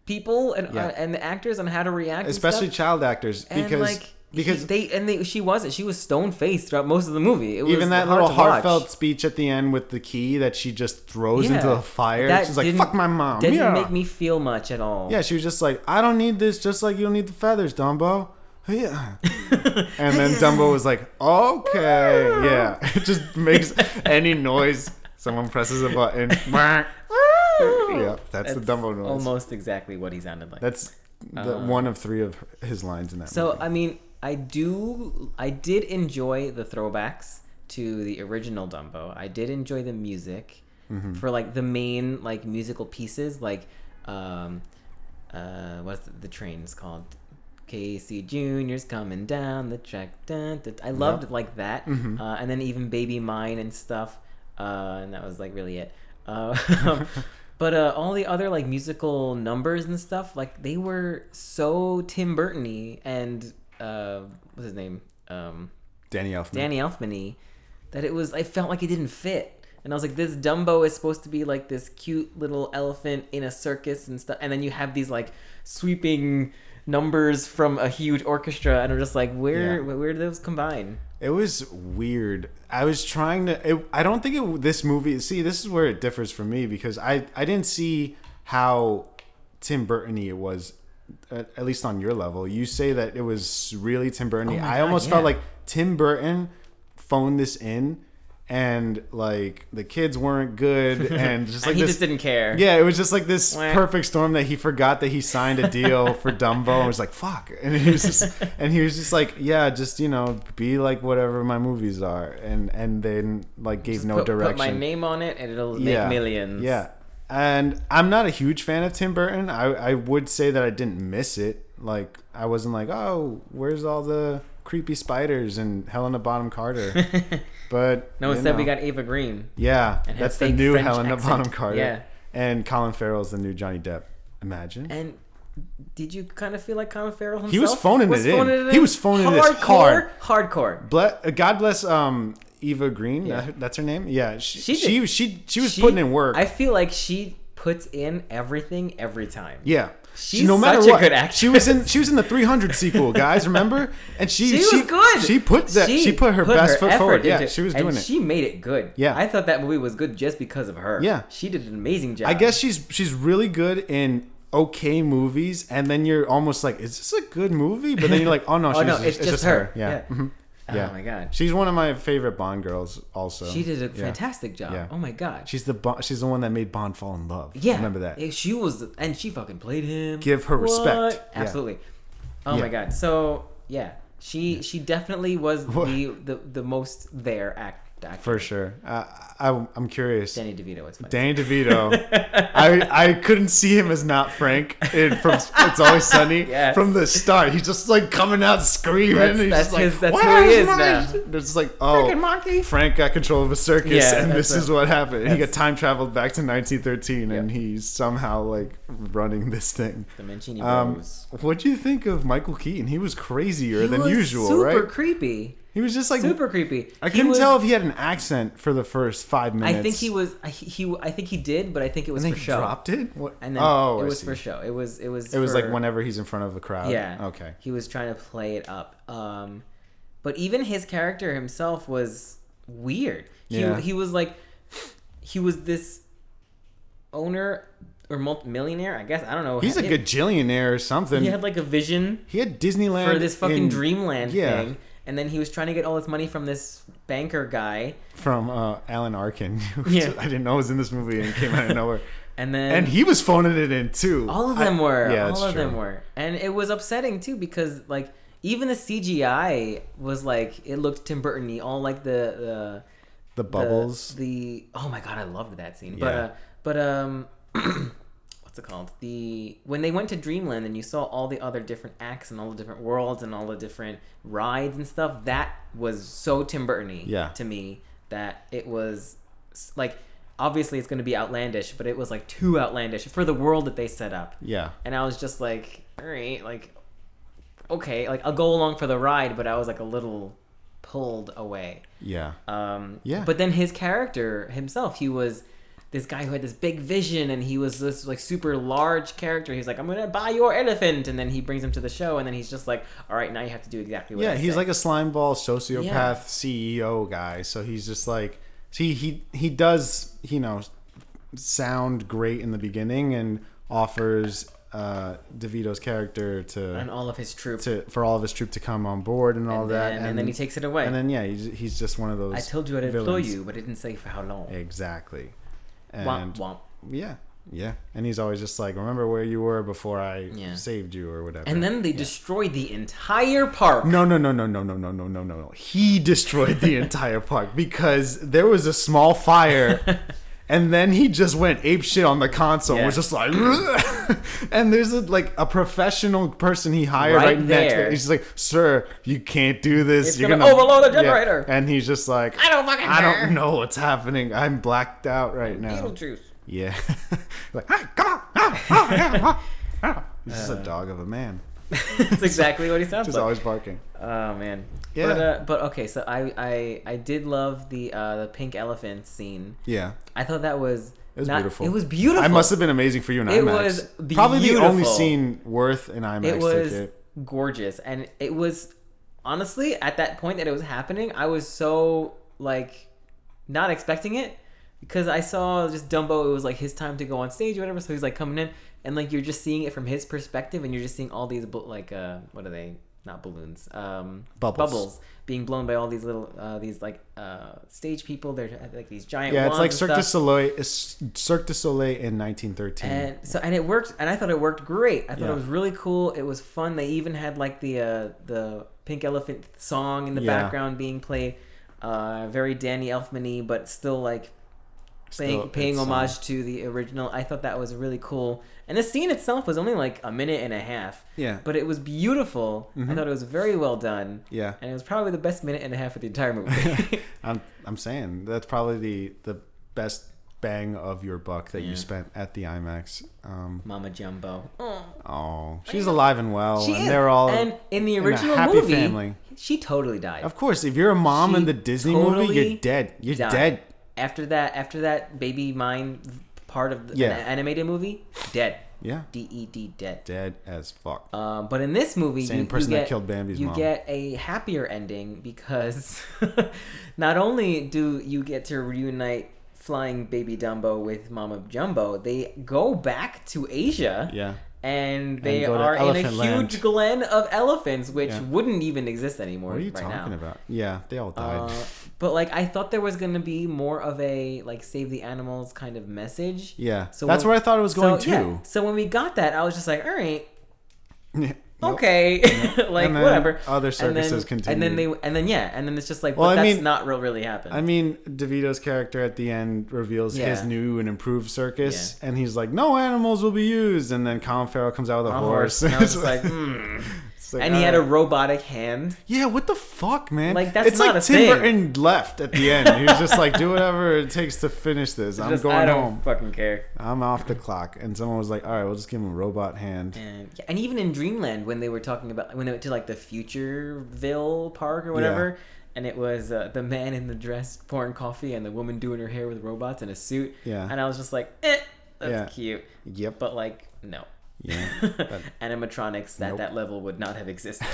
Speaker 1: people and
Speaker 2: Yeah.
Speaker 1: uh, and the actors on how to react, and
Speaker 2: especially
Speaker 1: stuff.
Speaker 2: child actors because
Speaker 1: and like
Speaker 2: because
Speaker 1: he- they and they she wasn't she was stone faced throughout most of the movie. It was
Speaker 2: even that
Speaker 1: hard
Speaker 2: little
Speaker 1: to watch.
Speaker 2: heartfelt speech at the end with the key that she just throws into
Speaker 1: Yeah.
Speaker 2: the fire.
Speaker 1: That
Speaker 2: she's like,
Speaker 1: didn't-
Speaker 2: "Fuck my mom."
Speaker 1: didn't
Speaker 2: yeah.
Speaker 1: make me feel much at all.
Speaker 2: yeah, she was just like, "I don't need this, just like you don't need the feathers, Dumbo." Yeah. and then Dumbo was like, "Okay, yeah." It just makes any noise. Someone presses a button. yeah, that's, the Dumbo noise.
Speaker 1: Almost exactly what he sounded like.
Speaker 2: That's the
Speaker 1: Uh,
Speaker 2: one of three of his lines in that.
Speaker 1: So
Speaker 2: movie.
Speaker 1: I mean, I do, I did enjoy the throwbacks to the original Dumbo. I did enjoy the music
Speaker 2: Mm-hmm.
Speaker 1: for like the main like musical pieces, like um, uh, what's the, the train's called? Casey Junior's coming down the track. Dun, dun, dun. I loved like that, uh, and then even Baby Mine and stuff, uh, and that was like really it. Uh, But uh, all the other like musical numbers and stuff, like they were so Tim Burton-y and uh, what's his name, um,
Speaker 2: Danny Elfman.
Speaker 1: Danny Elfman-y, that it was. I felt like it didn't fit, and I was like, this Dumbo is supposed to be like this cute little elephant in a circus and stuff, and then you have these like sweeping numbers from a huge orchestra, and I'm just like, where
Speaker 2: Yeah.
Speaker 1: where, where do those combine?
Speaker 2: It was weird. I was trying to. It, I don't think it, this movie. See, this is where it differs from me because I I didn't see how Tim Burton-y it was. At, at least on your level, you say that it was really Tim Burton.
Speaker 1: Oh my
Speaker 2: I
Speaker 1: God,
Speaker 2: almost felt
Speaker 1: yeah.
Speaker 2: like Tim Burton phoned this in, and like the kids weren't good, and just
Speaker 1: And
Speaker 2: like
Speaker 1: he
Speaker 2: this
Speaker 1: just didn't care.
Speaker 2: Yeah, it was just like this
Speaker 1: Wah.
Speaker 2: perfect storm that he forgot that he signed a deal for Dumbo and was like, "Fuck!" And he was just, and he was just like, "Yeah, just you know, be like whatever my movies are," and and then like gave
Speaker 1: Just
Speaker 2: no
Speaker 1: put,
Speaker 2: direction.
Speaker 1: Put my name on it, and it'll
Speaker 2: yeah,
Speaker 1: make millions.
Speaker 2: Yeah, and I'm not a huge fan of Tim Burton. I I would say that I didn't miss it. Like I wasn't like, "Oh, where's all the creepy spiders and Helena Bonham Carter?" But
Speaker 1: No,
Speaker 2: you
Speaker 1: instead we
Speaker 2: know.
Speaker 1: got Ava Green.
Speaker 2: Yeah,
Speaker 1: And had
Speaker 2: that's the
Speaker 1: fake
Speaker 2: new
Speaker 1: French
Speaker 2: Helena
Speaker 1: accent.
Speaker 2: Bonham Carter.
Speaker 1: Yeah.
Speaker 2: And Colin Farrell's the new Johnny Depp. Imagine.
Speaker 1: And did you kind of feel like Colin Farrell himself?
Speaker 2: He was phoning it in. He was phoning this
Speaker 1: hardcore, hardcore.
Speaker 2: Ble- uh, God bless um, Eva Green.
Speaker 1: Yeah.
Speaker 2: that- that's her name. Yeah, she she
Speaker 1: She
Speaker 2: she,
Speaker 1: did-
Speaker 2: she, was
Speaker 1: She-
Speaker 2: putting in work.
Speaker 1: I feel like she puts in everything every time.
Speaker 2: yeah,
Speaker 1: She's such a good actress.
Speaker 2: She was in she was in the 300 sequel, guys. Remember? And she
Speaker 1: She, was good.
Speaker 2: She put that she, put her best foot
Speaker 1: effort
Speaker 2: forward. Yeah,
Speaker 1: into-
Speaker 2: she was
Speaker 1: and
Speaker 2: doing it.
Speaker 1: She made it good.
Speaker 2: Yeah.
Speaker 1: I thought that movie was good just because of her.
Speaker 2: Yeah.
Speaker 1: she did an amazing job.
Speaker 2: I guess she's she's really good in okay movies, and then you're almost like, is this a good movie? But then you're like, oh no,
Speaker 1: Oh
Speaker 2: she's
Speaker 1: no,
Speaker 2: just,
Speaker 1: it's, just, her.
Speaker 2: Yeah. Mhm. Yeah.
Speaker 1: Oh my god,
Speaker 2: she's one of my favorite Bond girls. Also,
Speaker 1: she did a
Speaker 2: Yeah.
Speaker 1: fantastic job.
Speaker 2: Yeah.
Speaker 1: Oh my god.
Speaker 2: She's the Bond, she's the one that made Bond fall in love.
Speaker 1: yeah,
Speaker 2: remember that?
Speaker 1: Yeah, She was, and she fucking played him.
Speaker 2: Give her respect.
Speaker 1: What?
Speaker 2: Yeah.
Speaker 1: Absolutely. Oh
Speaker 2: Yeah.
Speaker 1: my god. So yeah, she she definitely was
Speaker 2: What?
Speaker 1: the, the the most there act actor.
Speaker 2: For sure. Uh, I, I'm curious.
Speaker 1: Danny DeVito is funny.
Speaker 2: Danny DeVito. I I couldn't see him as not Frank in from It's Always Sunny
Speaker 1: Yes.
Speaker 2: from the start. He's just like coming out screaming.
Speaker 1: That's-
Speaker 2: he's
Speaker 1: that's
Speaker 2: just like,
Speaker 1: his- that's who
Speaker 2: "Where's
Speaker 1: he is
Speaker 2: my
Speaker 1: now."
Speaker 2: sh-" They're just like, oh,
Speaker 1: monkey.
Speaker 2: Frank got control of a circus,
Speaker 1: Yeah,
Speaker 2: and
Speaker 1: that's
Speaker 2: this is
Speaker 1: it.
Speaker 2: what happened. And he got
Speaker 1: That's-
Speaker 2: time traveled back to 1913, and
Speaker 1: Yep.
Speaker 2: he's somehow like running this thing.
Speaker 1: The Mancini
Speaker 2: Um,
Speaker 1: Bros.
Speaker 2: what do you think of Michael Keaton? He was crazier
Speaker 1: He
Speaker 2: than
Speaker 1: was
Speaker 2: usual,
Speaker 1: super
Speaker 2: right?
Speaker 1: creepy.
Speaker 2: He was just like
Speaker 1: super creepy.
Speaker 2: I
Speaker 1: He
Speaker 2: couldn't
Speaker 1: was-
Speaker 2: tell if he had an accent for the first five minutes.
Speaker 1: I think he was. I- He. I think he did, but I think it was
Speaker 2: And then
Speaker 1: for
Speaker 2: he
Speaker 1: show.
Speaker 2: dropped it. What?
Speaker 1: And then
Speaker 2: oh,
Speaker 1: it
Speaker 2: I
Speaker 1: was
Speaker 2: see.
Speaker 1: for show. It was. It was.
Speaker 2: It was like
Speaker 1: for-
Speaker 2: whenever he's in front of a crowd.
Speaker 1: Yeah.
Speaker 2: Okay.
Speaker 1: He was trying to play it up. Um, but even his character himself was weird. He,
Speaker 2: Yeah.
Speaker 1: he was like, he was this owner or multi-millionaire, I guess. I don't know.
Speaker 2: He's a
Speaker 1: He-
Speaker 2: gajillionaire or something.
Speaker 1: He had like a vision
Speaker 2: he had Disneyland
Speaker 1: for this fucking
Speaker 2: in-
Speaker 1: dreamland
Speaker 2: yeah.
Speaker 1: thing, and then he was trying to get all this money from this banker guy,
Speaker 2: from uh, Alan Arkin. who
Speaker 1: Yeah.
Speaker 2: I didn't know was in this movie and came out of nowhere.
Speaker 1: and then
Speaker 2: And he was phoning it in too.
Speaker 1: All of
Speaker 2: I-
Speaker 1: them were.
Speaker 2: Yeah, that's
Speaker 1: all of
Speaker 2: true.
Speaker 1: them were. And it was upsetting too because like even the CGI was like it looked Tim Burton-y, all like the
Speaker 2: The
Speaker 1: the
Speaker 2: bubbles.
Speaker 1: The, oh my god, I loved that
Speaker 2: Yeah.
Speaker 1: scene. But uh, but um what's it called? The when they went to Dreamland and you saw all the other different acts and all the different worlds and all the different rides and stuff, that was so Tim Burton-y
Speaker 2: Yeah.
Speaker 1: to me that it was s- like obviously it's going to be outlandish, but it was like too outlandish for the world that they set up
Speaker 2: yeah.
Speaker 1: and I was just like, all right, like, okay, like I'll go along for the ride, but I was like a little pulled away.
Speaker 2: Yeah.
Speaker 1: Um,
Speaker 2: Yeah.
Speaker 1: But then his character himself, he was this guy who had this big vision, and he was this like super large character. He's like, I'm gonna buy your elephant, and then he brings him to the show, and then he's just like, all right, now you have to do exactly what.
Speaker 2: Yeah,
Speaker 1: I
Speaker 2: he's
Speaker 1: say."
Speaker 2: like a slime ball sociopath
Speaker 1: Yeah.
Speaker 2: CEO guy. So he's just like see he he does, you know, sound great in the beginning and offers uh DeVito's character
Speaker 1: and
Speaker 2: to
Speaker 1: all of his troops,
Speaker 2: to for all of his troop to come on board and all
Speaker 1: and,
Speaker 2: that
Speaker 1: then, and, then he takes it away.
Speaker 2: and then yeah, he's, he's just one of those
Speaker 1: I told you I'd employ
Speaker 2: villains.
Speaker 1: you, but it didn't say for how long.
Speaker 2: Exactly.
Speaker 1: Womp
Speaker 2: And
Speaker 1: womp.
Speaker 2: yeah. Yeah. And he's always just like remember where you were before I
Speaker 1: Yeah.
Speaker 2: saved you or whatever.
Speaker 1: And then they destroyed the entire park.
Speaker 2: No, no, no, no, no, no, no, no, no, no, no. He destroyed the entire park because there was a small fire, and then he just went ape shit on the console. and Was
Speaker 1: Yeah.
Speaker 2: just like, and there's a, like a professional person he hired
Speaker 1: Right
Speaker 2: right, next.
Speaker 1: there.
Speaker 2: To, he's like, sir, you can't do this.
Speaker 1: It's gonna overload the
Speaker 2: Yeah.
Speaker 1: generator."
Speaker 2: And he's just like,
Speaker 1: I don't fucking
Speaker 2: I
Speaker 1: care."
Speaker 2: don't know what's happening. I'm blacked out right now.
Speaker 1: Beetlejuice.
Speaker 2: Yeah, like, ah, come on, ah, ah, yeah, ah, ah." He's just a
Speaker 1: Uh.
Speaker 2: dog of a man,
Speaker 1: That's exactly what he sounds
Speaker 2: just
Speaker 1: like.
Speaker 2: always barking.
Speaker 1: Oh man.
Speaker 2: Yeah.
Speaker 1: But, uh, but okay, so I, I I did love the uh, the pink elephant scene.
Speaker 2: Yeah.
Speaker 1: I thought that was
Speaker 2: It was
Speaker 1: not-
Speaker 2: beautiful.
Speaker 1: It was beautiful.
Speaker 2: I must have been amazing for you in
Speaker 1: It
Speaker 2: IMAX.
Speaker 1: was
Speaker 2: probably the only
Speaker 1: beautiful.
Speaker 2: scene worth an IMAX
Speaker 1: It was
Speaker 2: ticket.
Speaker 1: gorgeous, and it was honestly at that point that it was happening. I was so like not expecting it because I saw just Dumbo. It was like his time to go on stage or whatever. So he's like coming in, and like you're just seeing it from his perspective, and you're just seeing all these bl- like uh, what are they? Not balloons, um,
Speaker 2: Bubbles.
Speaker 1: being blown by all these little uh, these like uh, stage people. They're like these giant
Speaker 2: Yeah, it's
Speaker 1: wands
Speaker 2: like
Speaker 1: and
Speaker 2: Cirque
Speaker 1: stuff.
Speaker 2: du Soleil. It's Cirque du Soleil in 1913.
Speaker 1: And so and it worked and I thought it worked great. I thought
Speaker 2: Yeah.
Speaker 1: it was really cool. It was fun. They even had like the uh, the pink elephant song in the
Speaker 2: Yeah.
Speaker 1: background being played. Uh, very Danny Elfman-y, but still like paying,
Speaker 2: Still,
Speaker 1: paying
Speaker 2: it's, um,
Speaker 1: homage to the original. I thought that was really cool. And the scene itself was only like a minute and a half.
Speaker 2: Yeah. Mm-hmm.
Speaker 1: But it was beautiful. I thought it was very well done.
Speaker 2: yeah,
Speaker 1: And it was probably the best minute and a half of the entire movie.
Speaker 2: I'm I'm saying that's probably the the best bang of your buck that you spent at the IMAX. Um,
Speaker 1: Mama Jumbo.
Speaker 2: oh, she's alive and well,
Speaker 1: She
Speaker 2: and
Speaker 1: is.
Speaker 2: they're all.
Speaker 1: and in the
Speaker 2: in a
Speaker 1: original
Speaker 2: happy
Speaker 1: movie,
Speaker 2: family.
Speaker 1: she totally died.
Speaker 2: of course, if you're a mom in
Speaker 1: She
Speaker 2: the Disney movie,
Speaker 1: totally
Speaker 2: you're dead. You're
Speaker 1: died.
Speaker 2: dead.
Speaker 1: after that after that baby mine part of the
Speaker 2: Yeah.
Speaker 1: an animated movie dead
Speaker 2: Yeah.
Speaker 1: D E D dead.
Speaker 2: Dead as fuck.
Speaker 1: Um, but in this movie,
Speaker 2: Same
Speaker 1: you,
Speaker 2: person
Speaker 1: you
Speaker 2: that
Speaker 1: get,
Speaker 2: killed Bambi's
Speaker 1: you
Speaker 2: mom.
Speaker 1: get a happier ending because not only do you get to reunite flying baby Dumbo with Mama Jumbo, they go back to Asia.
Speaker 2: Yeah.
Speaker 1: And they
Speaker 2: go to
Speaker 1: are in a
Speaker 2: elephant land.
Speaker 1: huge glen of elephants, which
Speaker 2: Yeah.
Speaker 1: wouldn't even exist anymore
Speaker 2: What are you
Speaker 1: right
Speaker 2: talking
Speaker 1: now.
Speaker 2: about? Yeah, they all died.
Speaker 1: Uh, but like, I thought there was gonna be more of a like save the animals kind of message.
Speaker 2: yeah.
Speaker 1: so
Speaker 2: That's
Speaker 1: when-
Speaker 2: where I thought it was going
Speaker 1: so, yeah.
Speaker 2: to.
Speaker 1: So when we got that, I was just like, all right,
Speaker 2: Nope.
Speaker 1: okay, like
Speaker 2: And then
Speaker 1: whatever.
Speaker 2: other circuses
Speaker 1: and then, And then
Speaker 2: continued.
Speaker 1: they and then yeah, and then it's just like,
Speaker 2: Well,
Speaker 1: but
Speaker 2: I
Speaker 1: that's
Speaker 2: mean-
Speaker 1: not real really happened.
Speaker 2: I mean, DeVito's character at the end reveals
Speaker 1: Yeah.
Speaker 2: his new and improved circus, and he's like, "No animals will be used." And then Colin Farrell comes out with a,
Speaker 1: A
Speaker 2: horse.
Speaker 1: horse. And I was just like, hmm.
Speaker 2: It's like,
Speaker 1: and he had a
Speaker 2: alright.
Speaker 1: robotic hand.
Speaker 2: yeah. What the fuck, man?
Speaker 1: Like, that's
Speaker 2: it's
Speaker 1: not
Speaker 2: like
Speaker 1: a
Speaker 2: Tim
Speaker 1: thing.
Speaker 2: Burton left at the end. He was just like, "Do whatever it takes to finish this. I'm
Speaker 1: Just,
Speaker 2: going
Speaker 1: I don't
Speaker 2: home.
Speaker 1: fucking care.
Speaker 2: I'm off the clock." And someone was like, "All right, we'll just give him a robot hand."
Speaker 1: And, yeah, and even in Dreamland, when they were talking about when they went to like the Futureville Park or whatever, and it was uh, the man in the dress pouring coffee and the woman doing her hair with robots in a suit.
Speaker 2: Yeah.
Speaker 1: And I was just like, eh, that's
Speaker 2: Yeah.
Speaker 1: cute,
Speaker 2: Yep.
Speaker 1: but like no.
Speaker 2: Yeah.
Speaker 1: Animatronics at
Speaker 2: Nope.
Speaker 1: that level would not have existed.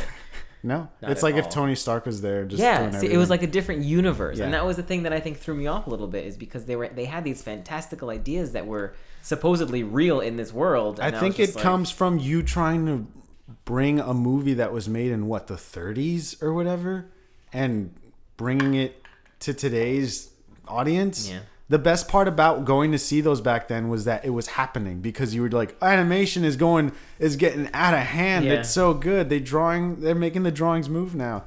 Speaker 2: No,
Speaker 1: Not
Speaker 2: it's
Speaker 1: at
Speaker 2: like if
Speaker 1: all.
Speaker 2: Tony Stark was there. Just
Speaker 1: yeah,
Speaker 2: doing
Speaker 1: see, it was
Speaker 2: everything.
Speaker 1: like a different universe,
Speaker 2: Yeah.
Speaker 1: and that was the thing that I think threw me off a little bit is because they were they had these fantastical ideas that were supposedly real in this world.
Speaker 2: I
Speaker 1: and was
Speaker 2: think
Speaker 1: just
Speaker 2: it
Speaker 1: like-
Speaker 2: comes from you trying to bring a movie that was made in what the 30s or whatever, and bringing it to today's audience.
Speaker 1: Yeah.
Speaker 2: The best part about going to see those back then was that it was happening because you were like, animation is going is getting out of hand.
Speaker 1: Yeah.
Speaker 2: It's so good. They drawing they're making the drawings move now,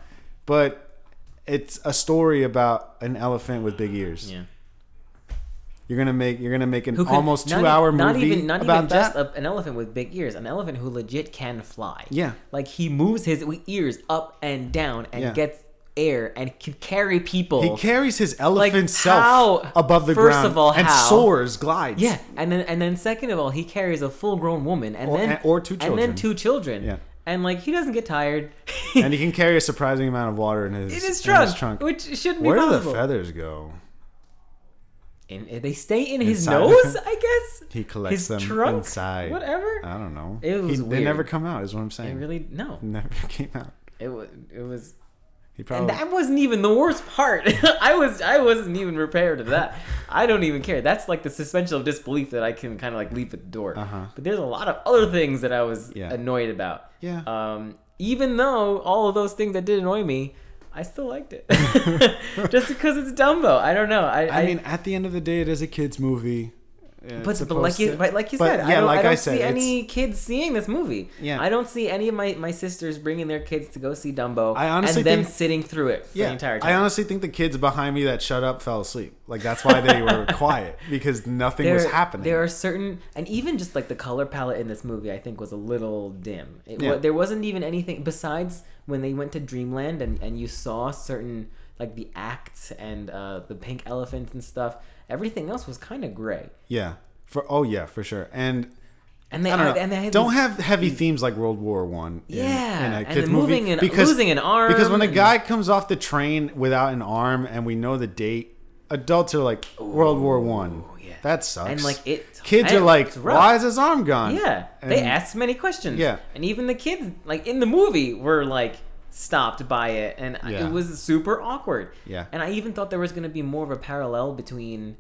Speaker 2: but it's a story about an elephant with big ears.
Speaker 1: Yeah.
Speaker 2: You're gonna make you're gonna make an
Speaker 1: Who can-
Speaker 2: almost two
Speaker 1: not e-
Speaker 2: hour movie
Speaker 1: not
Speaker 2: about
Speaker 1: even just
Speaker 2: that.
Speaker 1: a- an elephant with big ears, an elephant who legit can fly.
Speaker 2: Yeah.
Speaker 1: like he moves his e- ears up and down and
Speaker 2: Yeah.
Speaker 1: gets air and can carry people.
Speaker 2: He carries his elephant self
Speaker 1: how?
Speaker 2: above the
Speaker 1: First
Speaker 2: ground
Speaker 1: of all,
Speaker 2: and
Speaker 1: how?
Speaker 2: soars, glides.
Speaker 1: Yeah, and then and then second of all, he carries a full grown woman, and
Speaker 2: Or-
Speaker 1: then
Speaker 2: and- or two
Speaker 1: and then
Speaker 2: children.
Speaker 1: two children.
Speaker 2: Yeah.
Speaker 1: and like he doesn't get tired.
Speaker 2: and he can carry a surprising amount of water in his,
Speaker 1: in his
Speaker 2: in
Speaker 1: trunk, which shouldn't
Speaker 2: Where
Speaker 1: be
Speaker 2: do the
Speaker 1: possible.
Speaker 2: feathers go?
Speaker 1: In- eh, they stay in his
Speaker 2: Inside.
Speaker 1: nose, I guess.
Speaker 2: He collects
Speaker 1: His
Speaker 2: them
Speaker 1: trunk?
Speaker 2: inside. Uh,
Speaker 1: Whatever.
Speaker 2: I don't know.
Speaker 1: It was
Speaker 2: He- They
Speaker 1: weird.
Speaker 2: never come out. Is what I'm
Speaker 1: I
Speaker 2: saying.
Speaker 1: really no.
Speaker 2: never came out.
Speaker 1: It was it was
Speaker 2: He
Speaker 1: And
Speaker 2: probably.
Speaker 1: that wasn't even the worst part. I was I wasn't even prepared to that. I don't even care. That's like the suspension of disbelief that I can kind of like leave at the door.
Speaker 2: Uh-huh.
Speaker 1: But there's a lot of other things that I was
Speaker 2: Yeah.
Speaker 1: annoyed about.
Speaker 2: Yeah.
Speaker 1: Um, even though all of those things that did annoy me, I still liked it. Just because it's Dumbo. I don't know. I,
Speaker 2: I, mean, at the end of the day, it is a kids' movie. It's
Speaker 1: but, but
Speaker 2: supposed
Speaker 1: like you
Speaker 2: to-
Speaker 1: but like you
Speaker 2: but
Speaker 1: said, I
Speaker 2: yeah,
Speaker 1: don't,
Speaker 2: like
Speaker 1: I don't
Speaker 2: said,
Speaker 1: see
Speaker 2: it's-
Speaker 1: any kids seeing this movie.
Speaker 2: Yeah.
Speaker 1: I don't see any of my, my sisters bringing their kids to go see Dumbo.
Speaker 2: I honestly
Speaker 1: and them
Speaker 2: think-
Speaker 1: sitting through it for the entire time.
Speaker 2: I honestly think the kids behind me that shut up fell asleep. Like that's why they were quiet because nothing was happening.
Speaker 1: There are certain, and even just like the color palette in this movie, I think was a little dim. It,
Speaker 2: Yeah.
Speaker 1: wa- there wasn't even anything besides when they went to Dreamland and and you saw certain like the acts and uh, the pink elephants and stuff. Everything else was kind of gray,
Speaker 2: yeah. For oh yeah, for sure. And
Speaker 1: and they
Speaker 2: I don't
Speaker 1: had-
Speaker 2: know.
Speaker 1: and they had
Speaker 2: don't
Speaker 1: these-
Speaker 2: have heavy themes like World War One. in-
Speaker 1: Yeah,
Speaker 2: in a
Speaker 1: and
Speaker 2: kids
Speaker 1: the
Speaker 2: movie
Speaker 1: moving and- losing an arm
Speaker 2: Because when a
Speaker 1: and-
Speaker 2: guy comes off the train without an arm, and we know the date, adults are like World War One.
Speaker 1: yeah.
Speaker 2: That sucks.
Speaker 1: And, like, it-
Speaker 2: kids
Speaker 1: and
Speaker 2: are like,
Speaker 1: it's rough.
Speaker 2: why is his arm gone?
Speaker 1: Yeah, they
Speaker 2: And-
Speaker 1: asked many questions.
Speaker 2: Yeah.
Speaker 1: and even the kids, like in the movie, were like stopped by it, and I-
Speaker 2: Yeah.
Speaker 1: it was super awkward.
Speaker 2: Yeah.
Speaker 1: and I even thought there was going to be more of a parallel between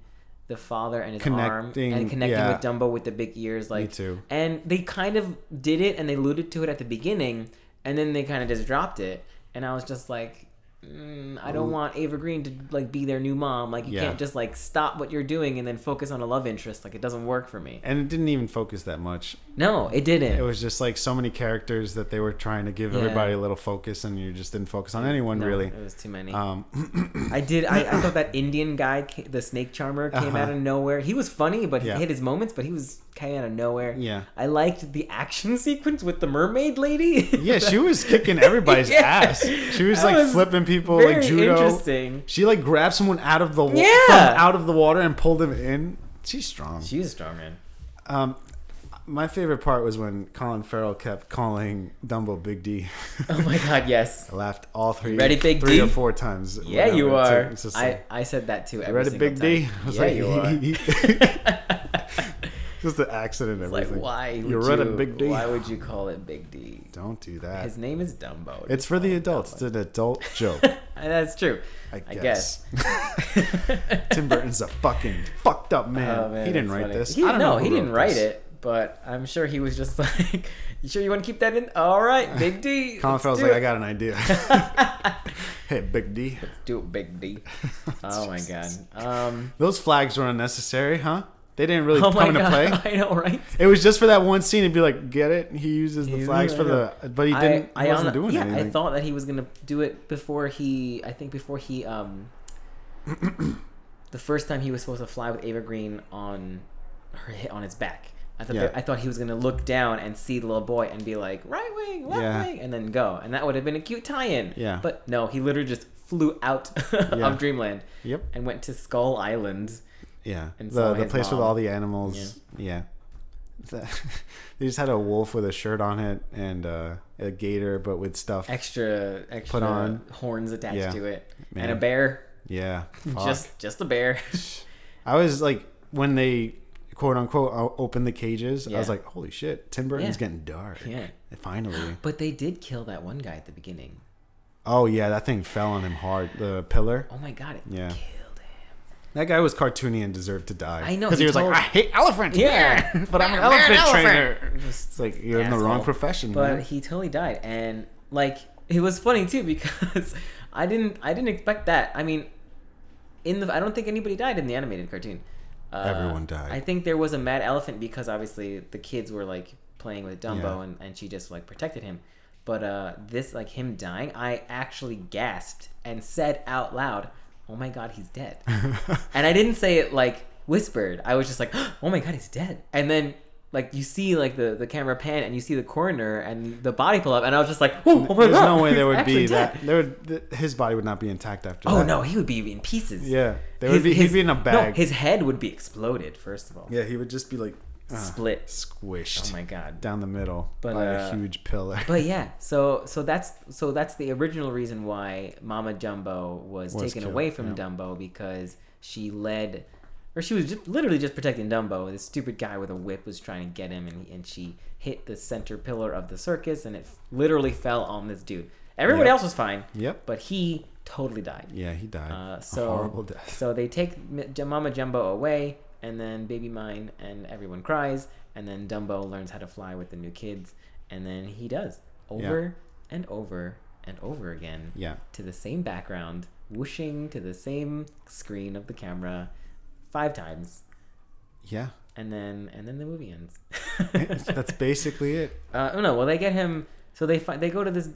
Speaker 1: the father and his
Speaker 2: Connecting,
Speaker 1: arm and connecting
Speaker 2: yeah.
Speaker 1: with Dumbo with the big ears. Like,
Speaker 2: too.
Speaker 1: And they kind of did it, and they alluded to it at the beginning, and then they kind of just dropped it, and I was just like. Mm, I don't want Ava Green to like be their new mom. Like you
Speaker 2: Yeah.
Speaker 1: can't just like stop what you're doing and then focus on a love interest. Like it doesn't work for me.
Speaker 2: And it didn't even focus that much.
Speaker 1: No, it didn't.
Speaker 2: It was just like so many characters that they were trying to give
Speaker 1: Yeah.
Speaker 2: everybody a little focus, and you just didn't focus on anyone
Speaker 1: No,
Speaker 2: really.
Speaker 1: It was too many.
Speaker 2: Um,
Speaker 1: I did. I, I thought that Indian guy, ca- the snake charmer, came out
Speaker 2: Uh-huh.
Speaker 1: of nowhere. He was funny, but
Speaker 2: Yeah.
Speaker 1: he hit his moments. But he was came out of nowhere.
Speaker 2: Yeah.
Speaker 1: I liked the action sequence with the mermaid lady.
Speaker 2: yeah, she was kicking everybody's
Speaker 1: Yeah.
Speaker 2: ass. She was
Speaker 1: That
Speaker 2: like
Speaker 1: was
Speaker 2: flipping people
Speaker 1: very
Speaker 2: like judo.
Speaker 1: interesting.
Speaker 2: She like grabbed someone out of the wa-
Speaker 1: Yeah.
Speaker 2: from out of the water and pulled them in. She's strong.
Speaker 1: She was strong, man.
Speaker 2: Um, my favorite part was when Colin Farrell kept calling Dumbo Big D.
Speaker 1: Oh my god, yes.
Speaker 2: I laughed all three,
Speaker 1: Ready, Big
Speaker 2: three
Speaker 1: D?
Speaker 2: or four times.
Speaker 1: Yeah, you
Speaker 2: whatever.
Speaker 1: are.
Speaker 2: It's just
Speaker 1: I,
Speaker 2: like,
Speaker 1: I said that too. Every
Speaker 2: ready,
Speaker 1: single
Speaker 2: Big
Speaker 1: time.
Speaker 2: D. I was
Speaker 1: yeah,
Speaker 2: like,
Speaker 1: you are.
Speaker 2: Just the accent and
Speaker 1: It's like
Speaker 2: everything.
Speaker 1: why would
Speaker 2: You're running
Speaker 1: you-
Speaker 2: Big D.
Speaker 1: Why would you call it Big D?
Speaker 2: Don't do that.
Speaker 1: His name is Dumbo.
Speaker 2: it's
Speaker 1: Just
Speaker 2: for the
Speaker 1: call him
Speaker 2: adults. It's
Speaker 1: Dumbo.
Speaker 2: an adult joke.
Speaker 1: And that's true.
Speaker 2: I
Speaker 1: I
Speaker 2: guess.
Speaker 1: guess.
Speaker 2: Tim Burton's a fucking fucked up man.
Speaker 1: Oh, man,
Speaker 2: he didn't
Speaker 1: that's
Speaker 2: write
Speaker 1: funny.
Speaker 2: this.
Speaker 1: He,
Speaker 2: I don't
Speaker 1: no,
Speaker 2: know who
Speaker 1: he didn't
Speaker 2: wrote
Speaker 1: write
Speaker 2: this.
Speaker 1: it. But I'm sure he was just like, "You sure you want to keep that in? All right, Big D."
Speaker 2: Colin
Speaker 1: let's
Speaker 2: Farrell's
Speaker 1: do
Speaker 2: like,
Speaker 1: it."
Speaker 2: I got an idea. hey, Big D.
Speaker 1: Do it, Big D. Oh my god. Um,
Speaker 2: Those flags were unnecessary, huh? They didn't really
Speaker 1: oh my
Speaker 2: come into
Speaker 1: god.
Speaker 2: play.
Speaker 1: I know, right?
Speaker 2: It was just for that one scene. It'd be like, get it? He uses the
Speaker 1: He-
Speaker 2: flags for
Speaker 1: I know.
Speaker 2: the, but he didn't.
Speaker 1: I,
Speaker 2: he
Speaker 1: I
Speaker 2: wasn't
Speaker 1: hon-
Speaker 2: doing
Speaker 1: yeah,
Speaker 2: anything.
Speaker 1: I thought that he was gonna do it before he. I think before he. Um, the first time he was supposed to fly with Ava Green on her on his back. I thought,
Speaker 2: Yeah.
Speaker 1: I thought he was gonna look down and see the little boy and be like right wing, left
Speaker 2: Yeah.
Speaker 1: wing, and then go, and that would have been a cute tie-in.
Speaker 2: Yeah.
Speaker 1: But no, he literally just flew out
Speaker 2: Yeah.
Speaker 1: of Dreamland
Speaker 2: Yep.
Speaker 1: and went to Skull Island.
Speaker 2: Yeah.
Speaker 1: And
Speaker 2: The
Speaker 1: saw
Speaker 2: the
Speaker 1: his
Speaker 2: place with
Speaker 1: mom.
Speaker 2: all the animals. Yeah. The- they just had a wolf with a shirt on it and uh, a gator, but with stuff.
Speaker 1: Extra extra
Speaker 2: on.
Speaker 1: horns attached
Speaker 2: Yeah.
Speaker 1: to it,
Speaker 2: Man.
Speaker 1: and a bear.
Speaker 2: yeah. fuck.
Speaker 1: Just just a bear.
Speaker 2: I was like, when they quote unquote o- opened the cages, I was
Speaker 1: Yeah.
Speaker 2: like, holy shit, Tim Burton's
Speaker 1: Yeah.
Speaker 2: getting dark.
Speaker 1: Yeah.
Speaker 2: Finally.
Speaker 1: But they did kill that one guy at the beginning.
Speaker 2: Oh yeah, that thing fell on him hard. The pillar.
Speaker 1: Oh my god, it
Speaker 2: Yeah.
Speaker 1: killed him.
Speaker 2: That guy was cartoony and deserved to die.
Speaker 1: I know,
Speaker 2: because he,
Speaker 1: he
Speaker 2: was
Speaker 1: told-
Speaker 2: like, I hate elephants.
Speaker 1: Yeah.
Speaker 2: but I'm an
Speaker 1: We're an
Speaker 2: elephant,
Speaker 1: elephant.
Speaker 2: trainer. It's like you're in the wrong
Speaker 1: Asshole.
Speaker 2: profession.
Speaker 1: But
Speaker 2: man.
Speaker 1: he totally died. And like it was funny too because I didn't I didn't expect that. I mean in the I don't think anybody died in the animated cartoon. Uh,
Speaker 2: Everyone died.
Speaker 1: I think there was a mad elephant because obviously the kids were like playing with Dumbo
Speaker 2: Yeah.
Speaker 1: and, and she just like protected him. But uh this like him dying, I actually gasped and said out loud, Oh my god, he's dead. And I didn't say it like whispered. I was just like, "Oh my god, he's dead." And then like you see like the the camera pan and you see the coroner and the body pull up, and I was just like, "Oh, oh my
Speaker 2: There's
Speaker 1: god!"
Speaker 2: no way
Speaker 1: he's
Speaker 2: there would
Speaker 1: actually
Speaker 2: be
Speaker 1: dead."
Speaker 2: that. There would, th- his body would not be intact after
Speaker 1: Oh
Speaker 2: that.
Speaker 1: no, he would be in pieces.
Speaker 2: Yeah, there
Speaker 1: His-
Speaker 2: would be.
Speaker 1: his-
Speaker 2: he'd be in a
Speaker 1: no,
Speaker 2: bag.
Speaker 1: his head would be exploded. First of all,
Speaker 2: yeah, he would just be like uh,
Speaker 1: split.
Speaker 2: squished
Speaker 1: Oh my god.
Speaker 2: down the middle
Speaker 1: But,
Speaker 2: by
Speaker 1: uh,
Speaker 2: a huge pillar.
Speaker 1: But yeah, so so that's so that's the original reason why Mama Jumbo was,
Speaker 2: Was
Speaker 1: taken
Speaker 2: killed,
Speaker 1: away from
Speaker 2: yeah.
Speaker 1: Dumbo because she led, or she was just literally just protecting Dumbo. This stupid guy with a whip was trying to get him, and and she hit the center pillar of the circus, and it f- literally fell on this dude. Everybody
Speaker 2: Yep.
Speaker 1: else was fine,
Speaker 2: Yep.
Speaker 1: but he totally died.
Speaker 2: Yeah, he died.
Speaker 1: Uh,
Speaker 2: a
Speaker 1: so
Speaker 2: horrible death.
Speaker 1: so they take M- J- Mama Jumbo away, and then Baby Mine, and everyone cries, and then Dumbo learns how to fly with the new kids, and then he does over and over and over again
Speaker 2: Yeah.
Speaker 1: to the same background, whooshing to the same screen of the camera five times,
Speaker 2: Yeah.
Speaker 1: and then and then the movie ends.
Speaker 2: That's basically it.
Speaker 1: Uh, oh no! Well, they get him. So they fi- they go to this.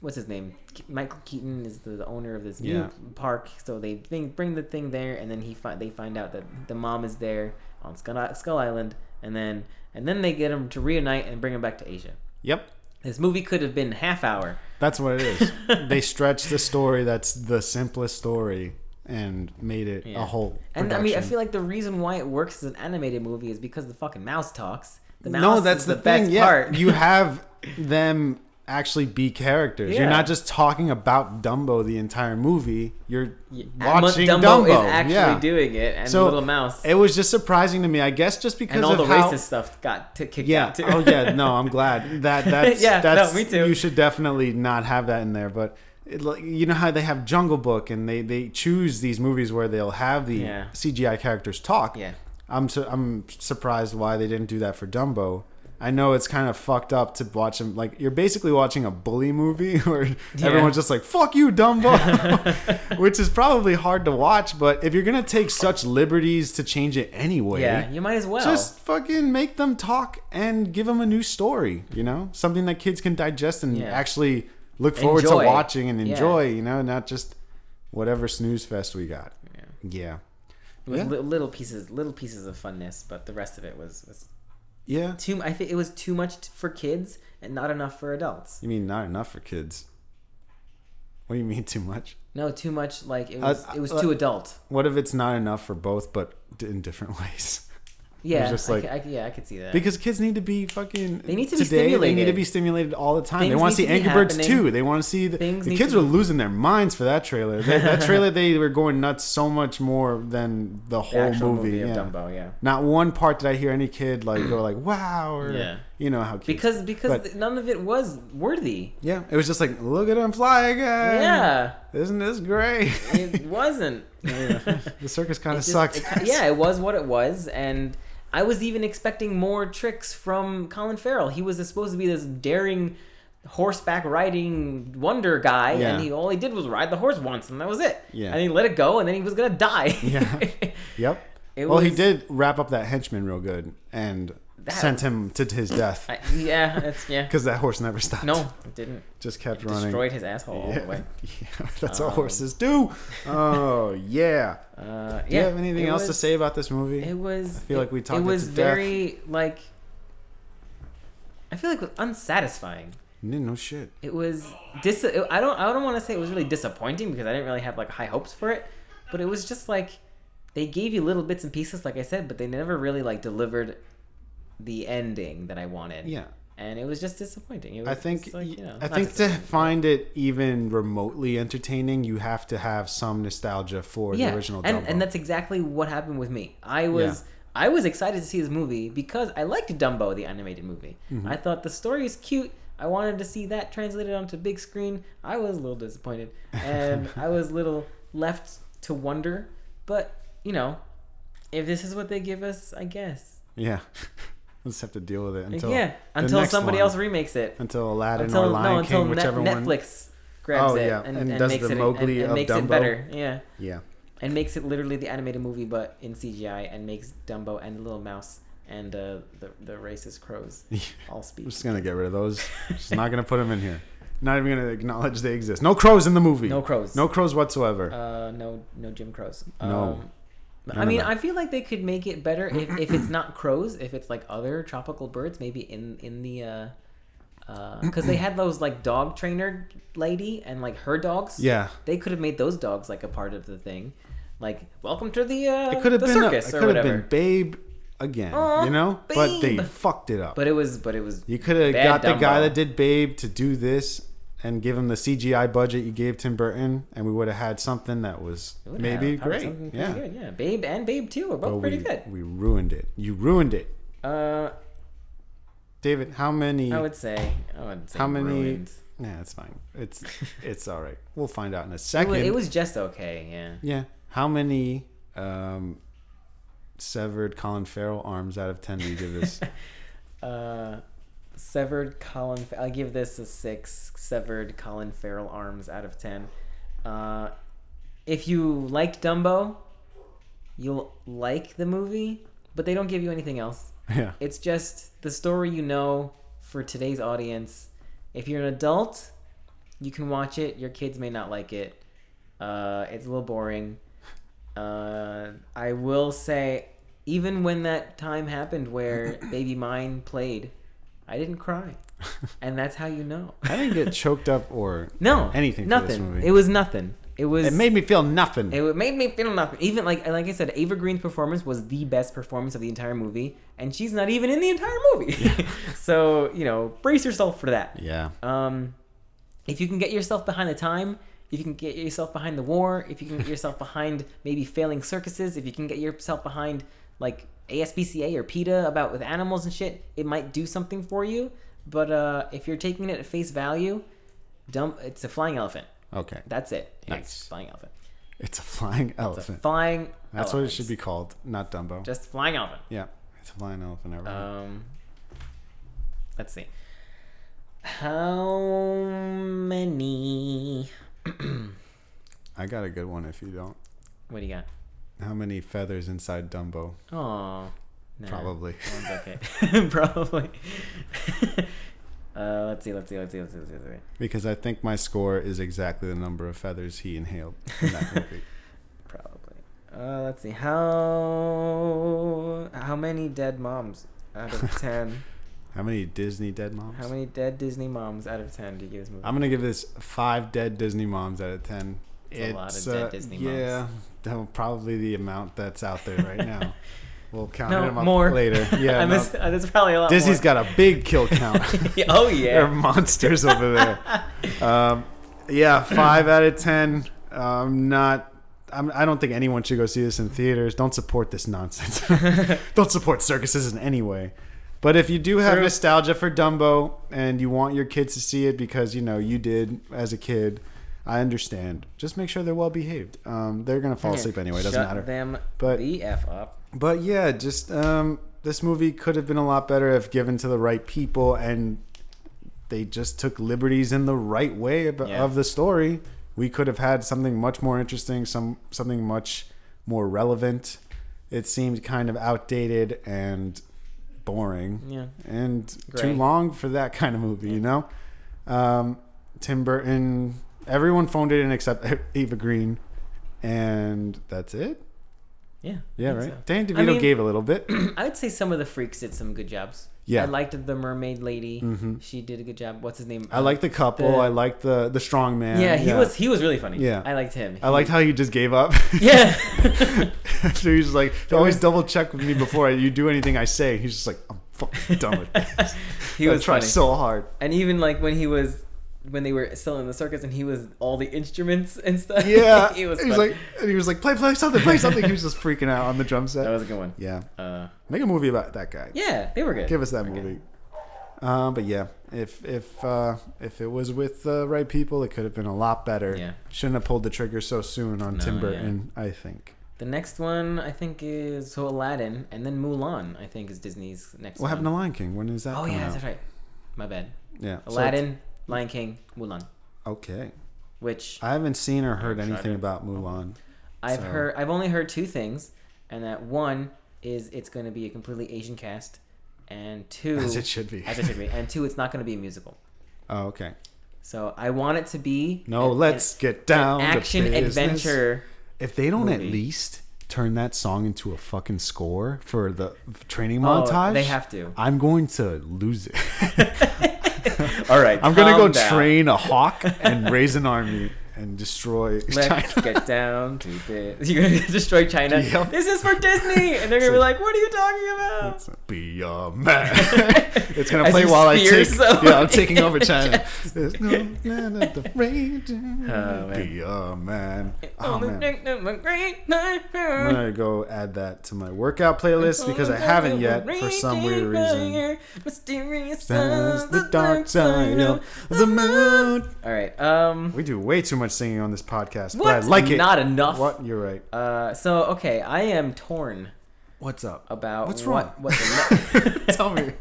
Speaker 1: What's his name? Ke- Michael Keaton is the, the owner of this new
Speaker 2: Yeah.
Speaker 1: park. So they thing, bring the thing there, and then he fi- they find out that the mom is there on Skull, Skull Island, and then and then they get him to reunite and bring him back to Asia.
Speaker 2: Yep.
Speaker 1: This movie could have been half hour.
Speaker 2: That's what it is. they stretched the story that's the simplest story and made it
Speaker 1: Yeah.
Speaker 2: a whole.
Speaker 1: And I mean, I
Speaker 2: production.
Speaker 1: feel like the reason why it works as an animated movie is because the fucking mouse talks. The mouse
Speaker 2: no, that's
Speaker 1: is
Speaker 2: the,
Speaker 1: the, best
Speaker 2: thing. Yeah,
Speaker 1: part.
Speaker 2: you have them actually be characters. You're
Speaker 1: Yeah.
Speaker 2: not just talking about Dumbo the entire movie. You're
Speaker 1: Yeah, and
Speaker 2: watching
Speaker 1: Dumbo,
Speaker 2: Dumbo.
Speaker 1: is actually
Speaker 2: yeah.
Speaker 1: doing it, and
Speaker 2: So,
Speaker 1: the little mouse.
Speaker 2: It was just surprising to me. I guess just because
Speaker 1: and all
Speaker 2: of
Speaker 1: the
Speaker 2: how,
Speaker 1: racist stuff got t- kicked
Speaker 2: Yeah.
Speaker 1: out too.
Speaker 2: Oh yeah. No, I'm glad that that's
Speaker 1: Yeah, no,
Speaker 2: that's
Speaker 1: me too.
Speaker 2: You should definitely not have that in there. But it, like, you know how they have Jungle Book and they they choose these movies where they'll have the
Speaker 1: Yeah.
Speaker 2: CGI characters talk.
Speaker 1: Yeah.
Speaker 2: I'm su- I'm surprised why they didn't do that for Dumbo. I know it's kind of fucked up to watch them. Like you're basically watching a bully movie where everyone's just like "fuck you, Dumbo," which is probably hard to watch. But if you're gonna take such liberties to change it anyway,
Speaker 1: Yeah, you might as well.
Speaker 2: just fucking make them talk and give them a new story, you know? Something that kids can digest and
Speaker 1: Yeah.
Speaker 2: actually look forward
Speaker 1: Enjoy.
Speaker 2: to watching and
Speaker 1: Yeah.
Speaker 2: enjoy, you know, not just whatever snooze fest we got. Yeah.
Speaker 1: with
Speaker 2: Yeah.
Speaker 1: li- little pieces, little pieces of funness, but the rest of it was, was
Speaker 2: Yeah.
Speaker 1: too. I think it was too much t- for kids and not enough for adults.
Speaker 2: You mean not enough for kids? What do you mean too much?
Speaker 1: No, too much. Like it was,
Speaker 2: Uh,
Speaker 1: it was
Speaker 2: uh,
Speaker 1: too adult.
Speaker 2: What if it's not enough for both but d- in different ways?
Speaker 1: Yeah,
Speaker 2: just
Speaker 1: I
Speaker 2: like-
Speaker 1: c- I c- yeah, I could see that.
Speaker 2: Because kids need to be fucking.
Speaker 1: They need to be
Speaker 2: today, They need to
Speaker 1: stimulated.
Speaker 2: be stimulated all the time. they
Speaker 1: Things
Speaker 2: want to
Speaker 1: need
Speaker 2: see
Speaker 1: to be
Speaker 2: Angry Birds
Speaker 1: happening.
Speaker 2: 2. They want to see the,
Speaker 1: Things
Speaker 2: the
Speaker 1: need
Speaker 2: kids
Speaker 1: to
Speaker 2: were
Speaker 1: be-
Speaker 2: losing their minds for that trailer. That, that trailer they were going nuts so much more than the
Speaker 1: the
Speaker 2: whole
Speaker 1: actual
Speaker 2: movie.
Speaker 1: of
Speaker 2: yeah.
Speaker 1: Dumbo, yeah.
Speaker 2: Not one part did I hear any kid like go like wow or
Speaker 1: Yeah.
Speaker 2: you know how kids
Speaker 1: Because because
Speaker 2: But-
Speaker 1: th- none of it was worthy.
Speaker 2: yeah it was just like look at him fly again
Speaker 1: Yeah,
Speaker 2: isn't this great
Speaker 1: it wasn't.
Speaker 2: the circus kind
Speaker 1: It
Speaker 2: of
Speaker 1: just-
Speaker 2: sucked
Speaker 1: it ki- yeah, it was what it was, and I was even expecting more tricks from Colin Farrell. He was supposed to be this daring horseback riding wonder guy,
Speaker 2: Yeah.
Speaker 1: and he all he did was ride the horse once, and that was it.
Speaker 2: Yeah.
Speaker 1: and he let it go, and then he was gonna die.
Speaker 2: Yeah. yep
Speaker 1: It
Speaker 2: well he
Speaker 1: was-
Speaker 2: did wrap up that henchman real good and
Speaker 1: That-
Speaker 2: sent him to his death
Speaker 1: I, yeah, that's yeah.
Speaker 2: because that horse never stopped
Speaker 1: No, it didn't.
Speaker 2: just kept running
Speaker 1: Destroyed his asshole all the
Speaker 2: yeah.
Speaker 1: way. Um,
Speaker 2: yeah that's all horses do oh yeah
Speaker 1: Uh, yeah.
Speaker 2: do you have anything
Speaker 1: it
Speaker 2: else to
Speaker 1: was-
Speaker 2: say about this movie
Speaker 1: It was. I
Speaker 2: feel like we talked it
Speaker 1: It was
Speaker 2: to death.
Speaker 1: very like. I feel like it was unsatisfying.
Speaker 2: no shit
Speaker 1: It was dis. I don't. I don't want to say it was really disappointing because I didn't really have like high hopes for it, but it was just like they gave you little bits and pieces, like I said, but they never really like delivered the ending that I wanted.
Speaker 2: yeah
Speaker 1: And it was just disappointing. It was
Speaker 2: I think
Speaker 1: just, like, you know,
Speaker 2: I
Speaker 1: not
Speaker 2: think to
Speaker 1: disappointing.
Speaker 2: find it even remotely entertaining, you have to have some nostalgia for the original
Speaker 1: and,
Speaker 2: Dumbo.
Speaker 1: and that's exactly what happened with me. I was I was excited to see this movie because I liked Dumbo, the animated movie.
Speaker 2: Mm-hmm.
Speaker 1: I thought the story is cute. I wanted to see that translated onto big screen. I was a little disappointed, and I was a little left to wonder. But you know, if this is what they give us, I guess
Speaker 2: yeah, we'll just have to deal with it until
Speaker 1: yeah.
Speaker 2: the
Speaker 1: Until
Speaker 2: next
Speaker 1: somebody
Speaker 2: one.
Speaker 1: else remakes it.
Speaker 2: until Aladdin
Speaker 1: Until
Speaker 2: or
Speaker 1: no,
Speaker 2: Lion
Speaker 1: until
Speaker 2: King,
Speaker 1: Net-
Speaker 2: whichever one.
Speaker 1: Netflix grabs
Speaker 2: Oh,
Speaker 1: it
Speaker 2: yeah,
Speaker 1: and,
Speaker 2: and
Speaker 1: and
Speaker 2: does
Speaker 1: makes
Speaker 2: the
Speaker 1: it
Speaker 2: Mowgli
Speaker 1: and, and
Speaker 2: of
Speaker 1: makes
Speaker 2: Dumbo.
Speaker 1: it better. Yeah.
Speaker 2: Yeah,
Speaker 1: and makes it literally the animated movie but in CGI and makes Dumbo and the little mouse and uh, the the racist crows all
Speaker 2: I'm
Speaker 1: speak.
Speaker 2: just gonna get rid of those. just not gonna put them in here. Not even gonna acknowledge they exist. No crows in the movie.
Speaker 1: No crows.
Speaker 2: No crows whatsoever.
Speaker 1: Uh, no, no Jim Crows.
Speaker 2: No.
Speaker 1: Um,
Speaker 2: None
Speaker 1: I
Speaker 2: of
Speaker 1: mean,
Speaker 2: that.
Speaker 1: I feel like they could make it better if, if it's not crows, if it's like other tropical birds, maybe in in the. uh because they had those like dog trainer lady and like her dogs.
Speaker 2: yeah,
Speaker 1: they could have made those dogs like a part of the thing, like welcome to the uh,
Speaker 2: it could have
Speaker 1: the
Speaker 2: been. A, it
Speaker 1: circus or
Speaker 2: could have
Speaker 1: whatever.
Speaker 2: been Babe again.
Speaker 1: Aw,
Speaker 2: you know, but they
Speaker 1: Babe.
Speaker 2: fucked it up.
Speaker 1: But it was, but it was
Speaker 2: You could have
Speaker 1: Bad
Speaker 2: got the
Speaker 1: Dumbo.
Speaker 2: guy that did Babe to do this and give him the CGI budget you gave Tim Burton, and we would have had something that was
Speaker 1: It would
Speaker 2: maybe
Speaker 1: have probably
Speaker 2: great.
Speaker 1: something
Speaker 2: Yeah.
Speaker 1: pretty good, yeah. Babe and Babe Two are both
Speaker 2: But
Speaker 1: pretty
Speaker 2: we,
Speaker 1: good.
Speaker 2: we ruined it. You ruined it.
Speaker 1: Uh,
Speaker 2: David, how many
Speaker 1: I would say, I would say
Speaker 2: how many
Speaker 1: Oh, ruined.
Speaker 2: Nah, it's fine. It's it's all right. We'll find out in a
Speaker 1: It
Speaker 2: second.
Speaker 1: was, it was just okay, yeah.
Speaker 2: yeah. How many um severed Colin Farrell arms out of 10 do you give this?
Speaker 1: Uh, severed Colin. Fa- I give this a six. Severed Colin Farrell arms out of ten. Uh, if you liked Dumbo, you'll like the movie, but they don't give you anything else.
Speaker 2: yeah.
Speaker 1: It's just the story you know for today's audience. If you're an adult, you can watch it. Your kids may not like it. Uh, it's a little boring. Uh, I will say, even when that time happened where Baby Mine played, I didn't cry, and that's how you know.
Speaker 2: I didn't get choked up or
Speaker 1: no
Speaker 2: anything for
Speaker 1: Nothing.
Speaker 2: this movie.
Speaker 1: It was nothing. It was.
Speaker 2: it made me feel nothing.
Speaker 1: It wa- made me feel nothing. Even like like I said, Ava Green's performance was the best performance of the entire movie, and she's not even in the entire movie. so you know, brace yourself for that.
Speaker 2: yeah.
Speaker 1: Um, if you can get yourself behind the time, if you can get yourself behind the war, if you can get yourself behind maybe failing circuses, if you can get yourself behind like ASPCA or PETA about with animals and shit, it might do something for you. But uh, if you're taking it at face value, dump it's a flying elephant.
Speaker 2: Okay.
Speaker 1: That's it.
Speaker 2: Nice.
Speaker 1: It's flying elephant.
Speaker 2: It's a flying
Speaker 1: It's a
Speaker 2: elephant.
Speaker 1: flying.
Speaker 2: That's what it
Speaker 1: elephant.
Speaker 2: should be called, not Dumbo.
Speaker 1: Just flying elephant.
Speaker 2: yeah, it's a flying elephant. Right?
Speaker 1: Um, let's see. How many?
Speaker 2: I got a good one if you don't.
Speaker 1: What do you got?
Speaker 2: How many feathers inside Dumbo?
Speaker 1: Oh, no.
Speaker 2: Probably.
Speaker 1: One's okay. Probably. uh, let's see. Let's see. Let's see. Let's see. Let's see. Let's see.
Speaker 2: Because I think my score is exactly the number of feathers he inhaled in that movie.
Speaker 1: Probably. Uh, let's see. How how many dead moms out of ten?
Speaker 2: How many Disney dead moms?
Speaker 1: how many dead Disney moms out of ten do you give this movie?
Speaker 2: I'm gonna give this five dead Disney moms out of ten. uh,
Speaker 1: It's a lot of dead Disney moms.
Speaker 2: Yeah, that- probably the amount that's out there right now. We'll count
Speaker 1: No,
Speaker 2: him up
Speaker 1: more.
Speaker 2: later. Yeah,
Speaker 1: I
Speaker 2: no.
Speaker 1: miss, uh, that's probably a lot.
Speaker 2: Disney's
Speaker 1: more.
Speaker 2: got a big kill count.
Speaker 1: oh
Speaker 2: They're
Speaker 1: yeah.
Speaker 2: monsters over there. Um, yeah, five out of ten. I'm not. I'm, I don't think anyone should go see this in theaters. Don't support this nonsense. don't support circuses in any way. But if you do have
Speaker 1: True.
Speaker 2: nostalgia for Dumbo and you want your kids to see it because you know you did as a kid, I understand. Just make sure they're well behaved. Um, they're gonna fall asleep anyway. It doesn't
Speaker 1: Shut
Speaker 2: matter.
Speaker 1: Them
Speaker 2: But-
Speaker 1: the f up.
Speaker 2: But yeah, just um, this movie could have been a lot better if given to the right people, and they just took liberties in the right way of,
Speaker 1: Yeah.
Speaker 2: of the story. We could have had something much more interesting, some something much more relevant. It seemed kind of outdated and boring,
Speaker 1: Yeah.
Speaker 2: and
Speaker 1: Gray.
Speaker 2: too long for that kind of movie. You know, um, Tim Burton. Everyone phoned it in except Eva Green, and that's it.
Speaker 1: Yeah.
Speaker 2: Yeah,
Speaker 1: I
Speaker 2: right.
Speaker 1: think
Speaker 2: Danny DeVito
Speaker 1: I mean-
Speaker 2: gave a little bit.
Speaker 1: so. I would say some of the freaks did some good jobs.
Speaker 2: Yeah. Mm-hmm.
Speaker 1: I liked the mermaid lady. She did a good job. What's his name?
Speaker 2: I like the couple.
Speaker 1: The-
Speaker 2: I like the the strong man.
Speaker 1: Yeah, he was he was really funny.
Speaker 2: Yeah.
Speaker 1: I liked him.
Speaker 2: I liked how you just gave up.
Speaker 1: Yeah.
Speaker 2: so he's just like, always double check with me before you do anything I say. He's just like, I'm fucking done with this.
Speaker 1: he
Speaker 2: I
Speaker 1: was
Speaker 2: try
Speaker 1: funny.
Speaker 2: so hard.
Speaker 1: and even like when he was when they were still in the circus and he was all the instruments and stuff.
Speaker 2: Yeah,
Speaker 1: he was
Speaker 2: He's
Speaker 1: funny.
Speaker 2: like, and he was like, play, play something, play something. He was just freaking out on the drum set.
Speaker 1: that was a good one.
Speaker 2: yeah,
Speaker 1: Uh,
Speaker 2: make a movie about that guy.
Speaker 1: yeah, they were good.
Speaker 2: Give us that
Speaker 1: Okay.
Speaker 2: movie. Um, but yeah, if if uh, if it was with the right people, it could have been a lot better.
Speaker 1: Yeah.
Speaker 2: Shouldn't have pulled the trigger so soon on
Speaker 1: No,
Speaker 2: Tim
Speaker 1: yeah.
Speaker 2: Burton. I think.
Speaker 1: The next one I think is so Aladdin, and then Mulan. I think is Disney's next.
Speaker 2: What happened to
Speaker 1: one.
Speaker 2: Lion King? When is that?
Speaker 1: Oh
Speaker 2: come
Speaker 1: yeah,
Speaker 2: out?
Speaker 1: that's right. My bad.
Speaker 2: Yeah. so it's-
Speaker 1: Aladdin, Lion King, Mulan.
Speaker 2: okay.
Speaker 1: Which
Speaker 2: I haven't seen or heard
Speaker 1: tried
Speaker 2: anything
Speaker 1: it.
Speaker 2: about Mulan.
Speaker 1: I've
Speaker 2: So-
Speaker 1: heard. I've only heard two things, and that one is it's going to be a completely Asian cast, and two
Speaker 2: As it should be.
Speaker 1: as it should be, and two it's not going to be a musical.
Speaker 2: Oh, okay.
Speaker 1: So I want it to be
Speaker 2: No,
Speaker 1: an-
Speaker 2: let's get down.
Speaker 1: an
Speaker 2: to
Speaker 1: action
Speaker 2: business.
Speaker 1: adventure.
Speaker 2: If they don't at
Speaker 1: movie.
Speaker 2: least turn that song into a fucking score for the training
Speaker 1: Oh,
Speaker 2: montage,
Speaker 1: they have to.
Speaker 2: I'm going to lose it.
Speaker 1: All right,
Speaker 2: I'm gonna go
Speaker 1: calm down.
Speaker 2: train a hawk and raise an army and destroy
Speaker 1: Let's
Speaker 2: China.
Speaker 1: get down to this. You're gonna destroy China.
Speaker 2: Yep.
Speaker 1: This is for Disney, and they're gonna be like, "What are you talking about?"
Speaker 2: Let's Be a man. it's gonna
Speaker 1: As
Speaker 2: play
Speaker 1: you
Speaker 2: while I
Speaker 1: spear
Speaker 2: take.
Speaker 1: someone
Speaker 2: Yeah, I'm taking over
Speaker 1: in the
Speaker 2: China.
Speaker 1: chest.
Speaker 2: There's no man at the raging.
Speaker 1: Oh, man.
Speaker 2: Be a man. Oh
Speaker 1: Only
Speaker 2: man.
Speaker 1: think of a great
Speaker 2: I'm
Speaker 1: nightmare.
Speaker 2: gonna go add that to my workout playlist because I
Speaker 1: Only
Speaker 2: haven't
Speaker 1: think
Speaker 2: yet
Speaker 1: of a
Speaker 2: for some
Speaker 1: raging
Speaker 2: weird reason.
Speaker 1: fire. Mysterious
Speaker 2: That's
Speaker 1: as
Speaker 2: the dark side of the moon.
Speaker 1: All right. Um.
Speaker 2: We do way too much singing on this podcast,
Speaker 1: What?
Speaker 2: but I like it.
Speaker 1: Not enough.
Speaker 2: What? You're right.
Speaker 1: Uh. So okay, I am torn
Speaker 2: What's up?
Speaker 1: about
Speaker 2: What's
Speaker 1: what,
Speaker 2: wrong?
Speaker 1: what the ne-
Speaker 2: Tell me.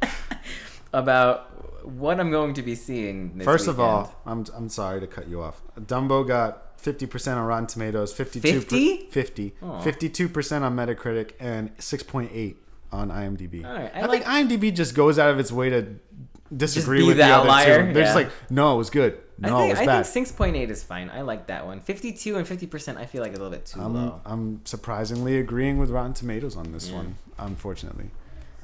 Speaker 1: about what I'm going to be seeing. This
Speaker 2: First of
Speaker 1: weekend.
Speaker 2: all, I'm I'm sorry to cut you off. Dumbo got 50% on Rotten Tomatoes, 52
Speaker 1: 50?
Speaker 2: 50
Speaker 1: Aw.
Speaker 2: 52% on Metacritic and 6.8 on IMDb.
Speaker 1: All right, I
Speaker 2: I, think IMDb just goes out of its way to disagree
Speaker 1: be
Speaker 2: with
Speaker 1: the
Speaker 2: the other
Speaker 1: outlier,
Speaker 2: two. They're just
Speaker 1: yeah.
Speaker 2: like, "No, it was good. No,
Speaker 1: I think,
Speaker 2: it was
Speaker 1: I
Speaker 2: bad."
Speaker 1: think 6.8 is fine. I like that one. 52 and 50%, I feel like a little bit too
Speaker 2: I'm,
Speaker 1: low.
Speaker 2: I'm surprisingly agreeing with Rotten Tomatoes on this one, unfortunately.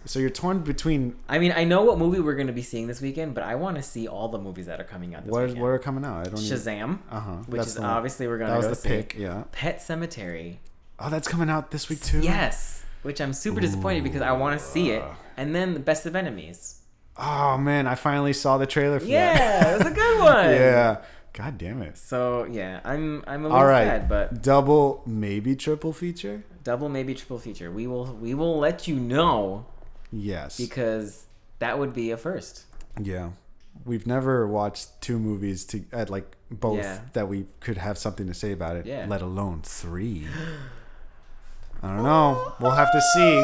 Speaker 2: So you're torn between
Speaker 1: I mean, I know what movie we're going to be seeing this weekend, but I want to see all the movies that are coming out this
Speaker 2: what,
Speaker 1: weekend.
Speaker 2: what are coming out. I don't even.
Speaker 1: Shazam,
Speaker 2: Uh-huh,
Speaker 1: which
Speaker 2: that's
Speaker 1: is
Speaker 2: the one.
Speaker 1: obviously we're going
Speaker 2: That was
Speaker 1: to go
Speaker 2: the
Speaker 1: see.
Speaker 2: pick, yeah.
Speaker 1: Pet Cemetery.
Speaker 2: Oh, that's coming out this week too.
Speaker 1: Yes, which I'm super disappointed because I want to see it. And then The Best of Enemies.
Speaker 2: Oh man, I finally saw the trailer for that.
Speaker 1: Yeah, that's a good one.
Speaker 2: yeah. God damn it.
Speaker 1: So, yeah, I'm I'm a little
Speaker 2: All right.
Speaker 1: sad, but
Speaker 2: Double, maybe triple feature?
Speaker 1: double maybe triple feature. We will we will let you know
Speaker 2: Yes.
Speaker 1: because that would be a first.
Speaker 2: yeah. We've never watched two movies to at like both
Speaker 1: Yeah.
Speaker 2: that we could have something to say about it,
Speaker 1: Yeah.
Speaker 2: let alone three. I don't know. We'll have to see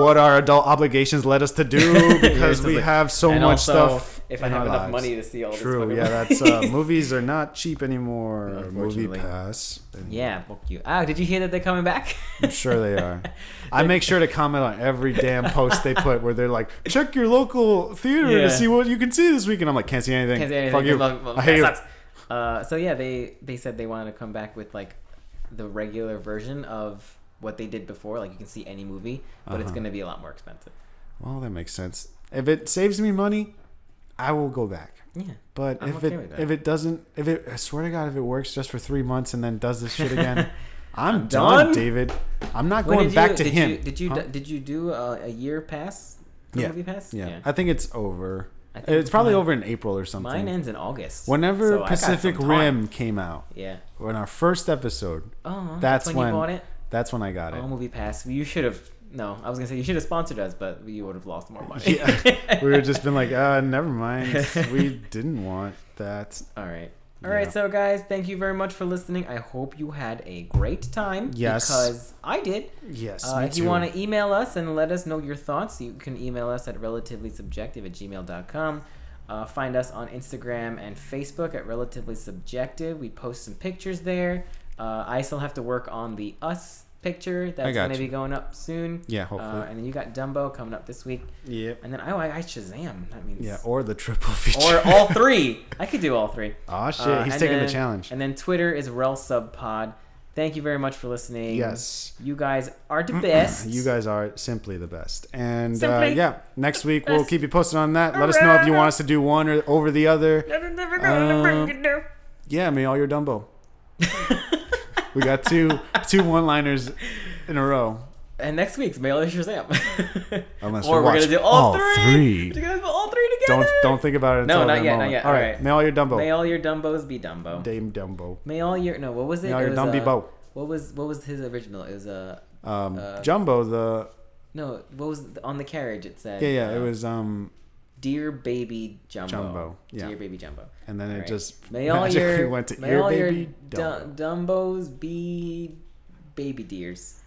Speaker 2: what our adult obligations led us to do because
Speaker 1: just
Speaker 2: we
Speaker 1: like-
Speaker 2: have so
Speaker 1: and
Speaker 2: much
Speaker 1: also,
Speaker 2: stuff.
Speaker 1: if I
Speaker 2: in
Speaker 1: have
Speaker 2: our
Speaker 1: enough
Speaker 2: lives.
Speaker 1: money to see all this
Speaker 2: True.
Speaker 1: fucking
Speaker 2: Yeah, that's uh,
Speaker 1: movies.
Speaker 2: movies are not cheap anymore. Movie
Speaker 1: Unfortunately.
Speaker 2: Pass. and-
Speaker 1: Yeah, book you. Oh, did you hear that they're coming back?
Speaker 2: I'm sure they are. I make sure to comment on every damn post they put where they're like, check your local theater
Speaker 1: Yeah.
Speaker 2: to see what you can see this week. And I'm like, can't see anything.
Speaker 1: Can't say anything.
Speaker 2: Fuck you.
Speaker 1: Well, well,
Speaker 2: I hate
Speaker 1: that
Speaker 2: you.
Speaker 1: sucks. Uh, so yeah, they they said they wanted to come back with like the regular version of what they did before. Like you can see any movie, but it's
Speaker 2: Uh-huh.
Speaker 1: going to be a lot more expensive.
Speaker 2: Well, that makes sense. If it saves me money, I will go back.
Speaker 1: Yeah.
Speaker 2: But
Speaker 1: I'm
Speaker 2: if
Speaker 1: okay
Speaker 2: it
Speaker 1: with that.
Speaker 2: if it doesn't if it I swear to God if it works just for three months and then does this shit again, I'm done,
Speaker 1: done?
Speaker 2: David. I'm not
Speaker 1: When
Speaker 2: going
Speaker 1: did
Speaker 2: back
Speaker 1: you,
Speaker 2: to
Speaker 1: did
Speaker 2: him.
Speaker 1: You, did you
Speaker 2: Huh?
Speaker 1: did you do uh, a year pass? The
Speaker 2: yeah.
Speaker 1: movie pass.
Speaker 2: Yeah. I think it's over.
Speaker 1: I think
Speaker 2: It's probably
Speaker 1: mine-
Speaker 2: over in April or something.
Speaker 1: Mine ends in August.
Speaker 2: Whenever
Speaker 1: so I got some
Speaker 2: Pacific
Speaker 1: time.
Speaker 2: Rim came out,
Speaker 1: Yeah.
Speaker 2: when our first episode,
Speaker 1: Oh,
Speaker 2: that's
Speaker 1: that's
Speaker 2: when,
Speaker 1: when you bought it?
Speaker 2: That's when I got
Speaker 1: Oh,
Speaker 2: it.
Speaker 1: movie pass. You should have. No, I was gonna say you should have sponsored us, but you would have lost more money.
Speaker 2: Yeah. we were just been like, uh, never mind. We didn't want that.
Speaker 1: All right.
Speaker 2: Yeah.
Speaker 1: All right, so guys, thank you very much for listening. I hope you had a great time.
Speaker 2: Yes.
Speaker 1: Because I did.
Speaker 2: Yes,
Speaker 1: Uh,
Speaker 2: me
Speaker 1: if you
Speaker 2: too.
Speaker 1: want to email us and let us know your thoughts, you can email us at relativelysubjective at gmail.com. Uh, find us on Instagram and Facebook at Relatively Subjective. We post some pictures there. Uh, I still have to work on the us picture that's
Speaker 2: got
Speaker 1: going to
Speaker 2: you.
Speaker 1: be going up soon.
Speaker 2: Yeah,
Speaker 1: Uh,
Speaker 2: hopefully.
Speaker 1: and then you got Dumbo coming up this week.
Speaker 2: yeah.
Speaker 1: And then, oh, I, I Shazam. That means.
Speaker 2: Yeah, or the triple feature.
Speaker 1: or all three. I could do all three.
Speaker 2: Oh shit,
Speaker 1: Uh,
Speaker 2: he's
Speaker 1: and
Speaker 2: taking the
Speaker 1: then-
Speaker 2: challenge.
Speaker 1: And then Twitter is RelSubPod. Thank you very much for listening.
Speaker 2: Yes.
Speaker 1: You guys are the best.
Speaker 2: You guys are simply the best. And uh,
Speaker 1: Simply
Speaker 2: yeah, next week we'll
Speaker 1: best.
Speaker 2: keep you posted on that. Let us know if you want us to do one or over the other. Um, Yeah, me all your Dumbo. We got two two one liners in a row.
Speaker 1: and next week's Mail Is Shazam.
Speaker 2: Unless we
Speaker 1: or we're going
Speaker 2: watch
Speaker 1: to do all,
Speaker 2: all
Speaker 1: 3
Speaker 2: three.
Speaker 1: We're going to do all three together.
Speaker 2: Don't don't think about it.
Speaker 1: No,
Speaker 2: Until
Speaker 1: not
Speaker 2: that
Speaker 1: yet, not
Speaker 2: moment.
Speaker 1: yet.
Speaker 2: All
Speaker 1: All
Speaker 2: right,
Speaker 1: right.
Speaker 2: mail your Dumbo.
Speaker 1: May all your Dumbos be Dumbo.
Speaker 2: Dame Dumbo.
Speaker 1: May all your no, what was it?
Speaker 2: May all
Speaker 1: It
Speaker 2: your
Speaker 1: was,
Speaker 2: Dumby
Speaker 1: uh,
Speaker 2: Bo.
Speaker 1: What was what was his original? It was uh,
Speaker 2: Um,
Speaker 1: Uh,
Speaker 2: Jumbo the
Speaker 1: no, what was on the carriage? It said
Speaker 2: yeah yeah it
Speaker 1: uh,
Speaker 2: was um
Speaker 1: Dear Baby Jumbo.
Speaker 2: Jumbo, yeah.
Speaker 1: Dear Baby Jumbo.
Speaker 2: and then it
Speaker 1: Alright.
Speaker 2: just
Speaker 1: May all
Speaker 2: magically
Speaker 1: your
Speaker 2: went to
Speaker 1: may
Speaker 2: ear
Speaker 1: all
Speaker 2: baby
Speaker 1: your
Speaker 2: Dumbo.
Speaker 1: Dum- Dumbos be baby deers.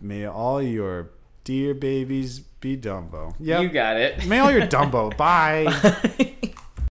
Speaker 2: May all your dear babies be Dumbo.
Speaker 1: You
Speaker 2: Yep.
Speaker 1: got it.
Speaker 2: May all your Dumbo. Bye.
Speaker 1: Bye.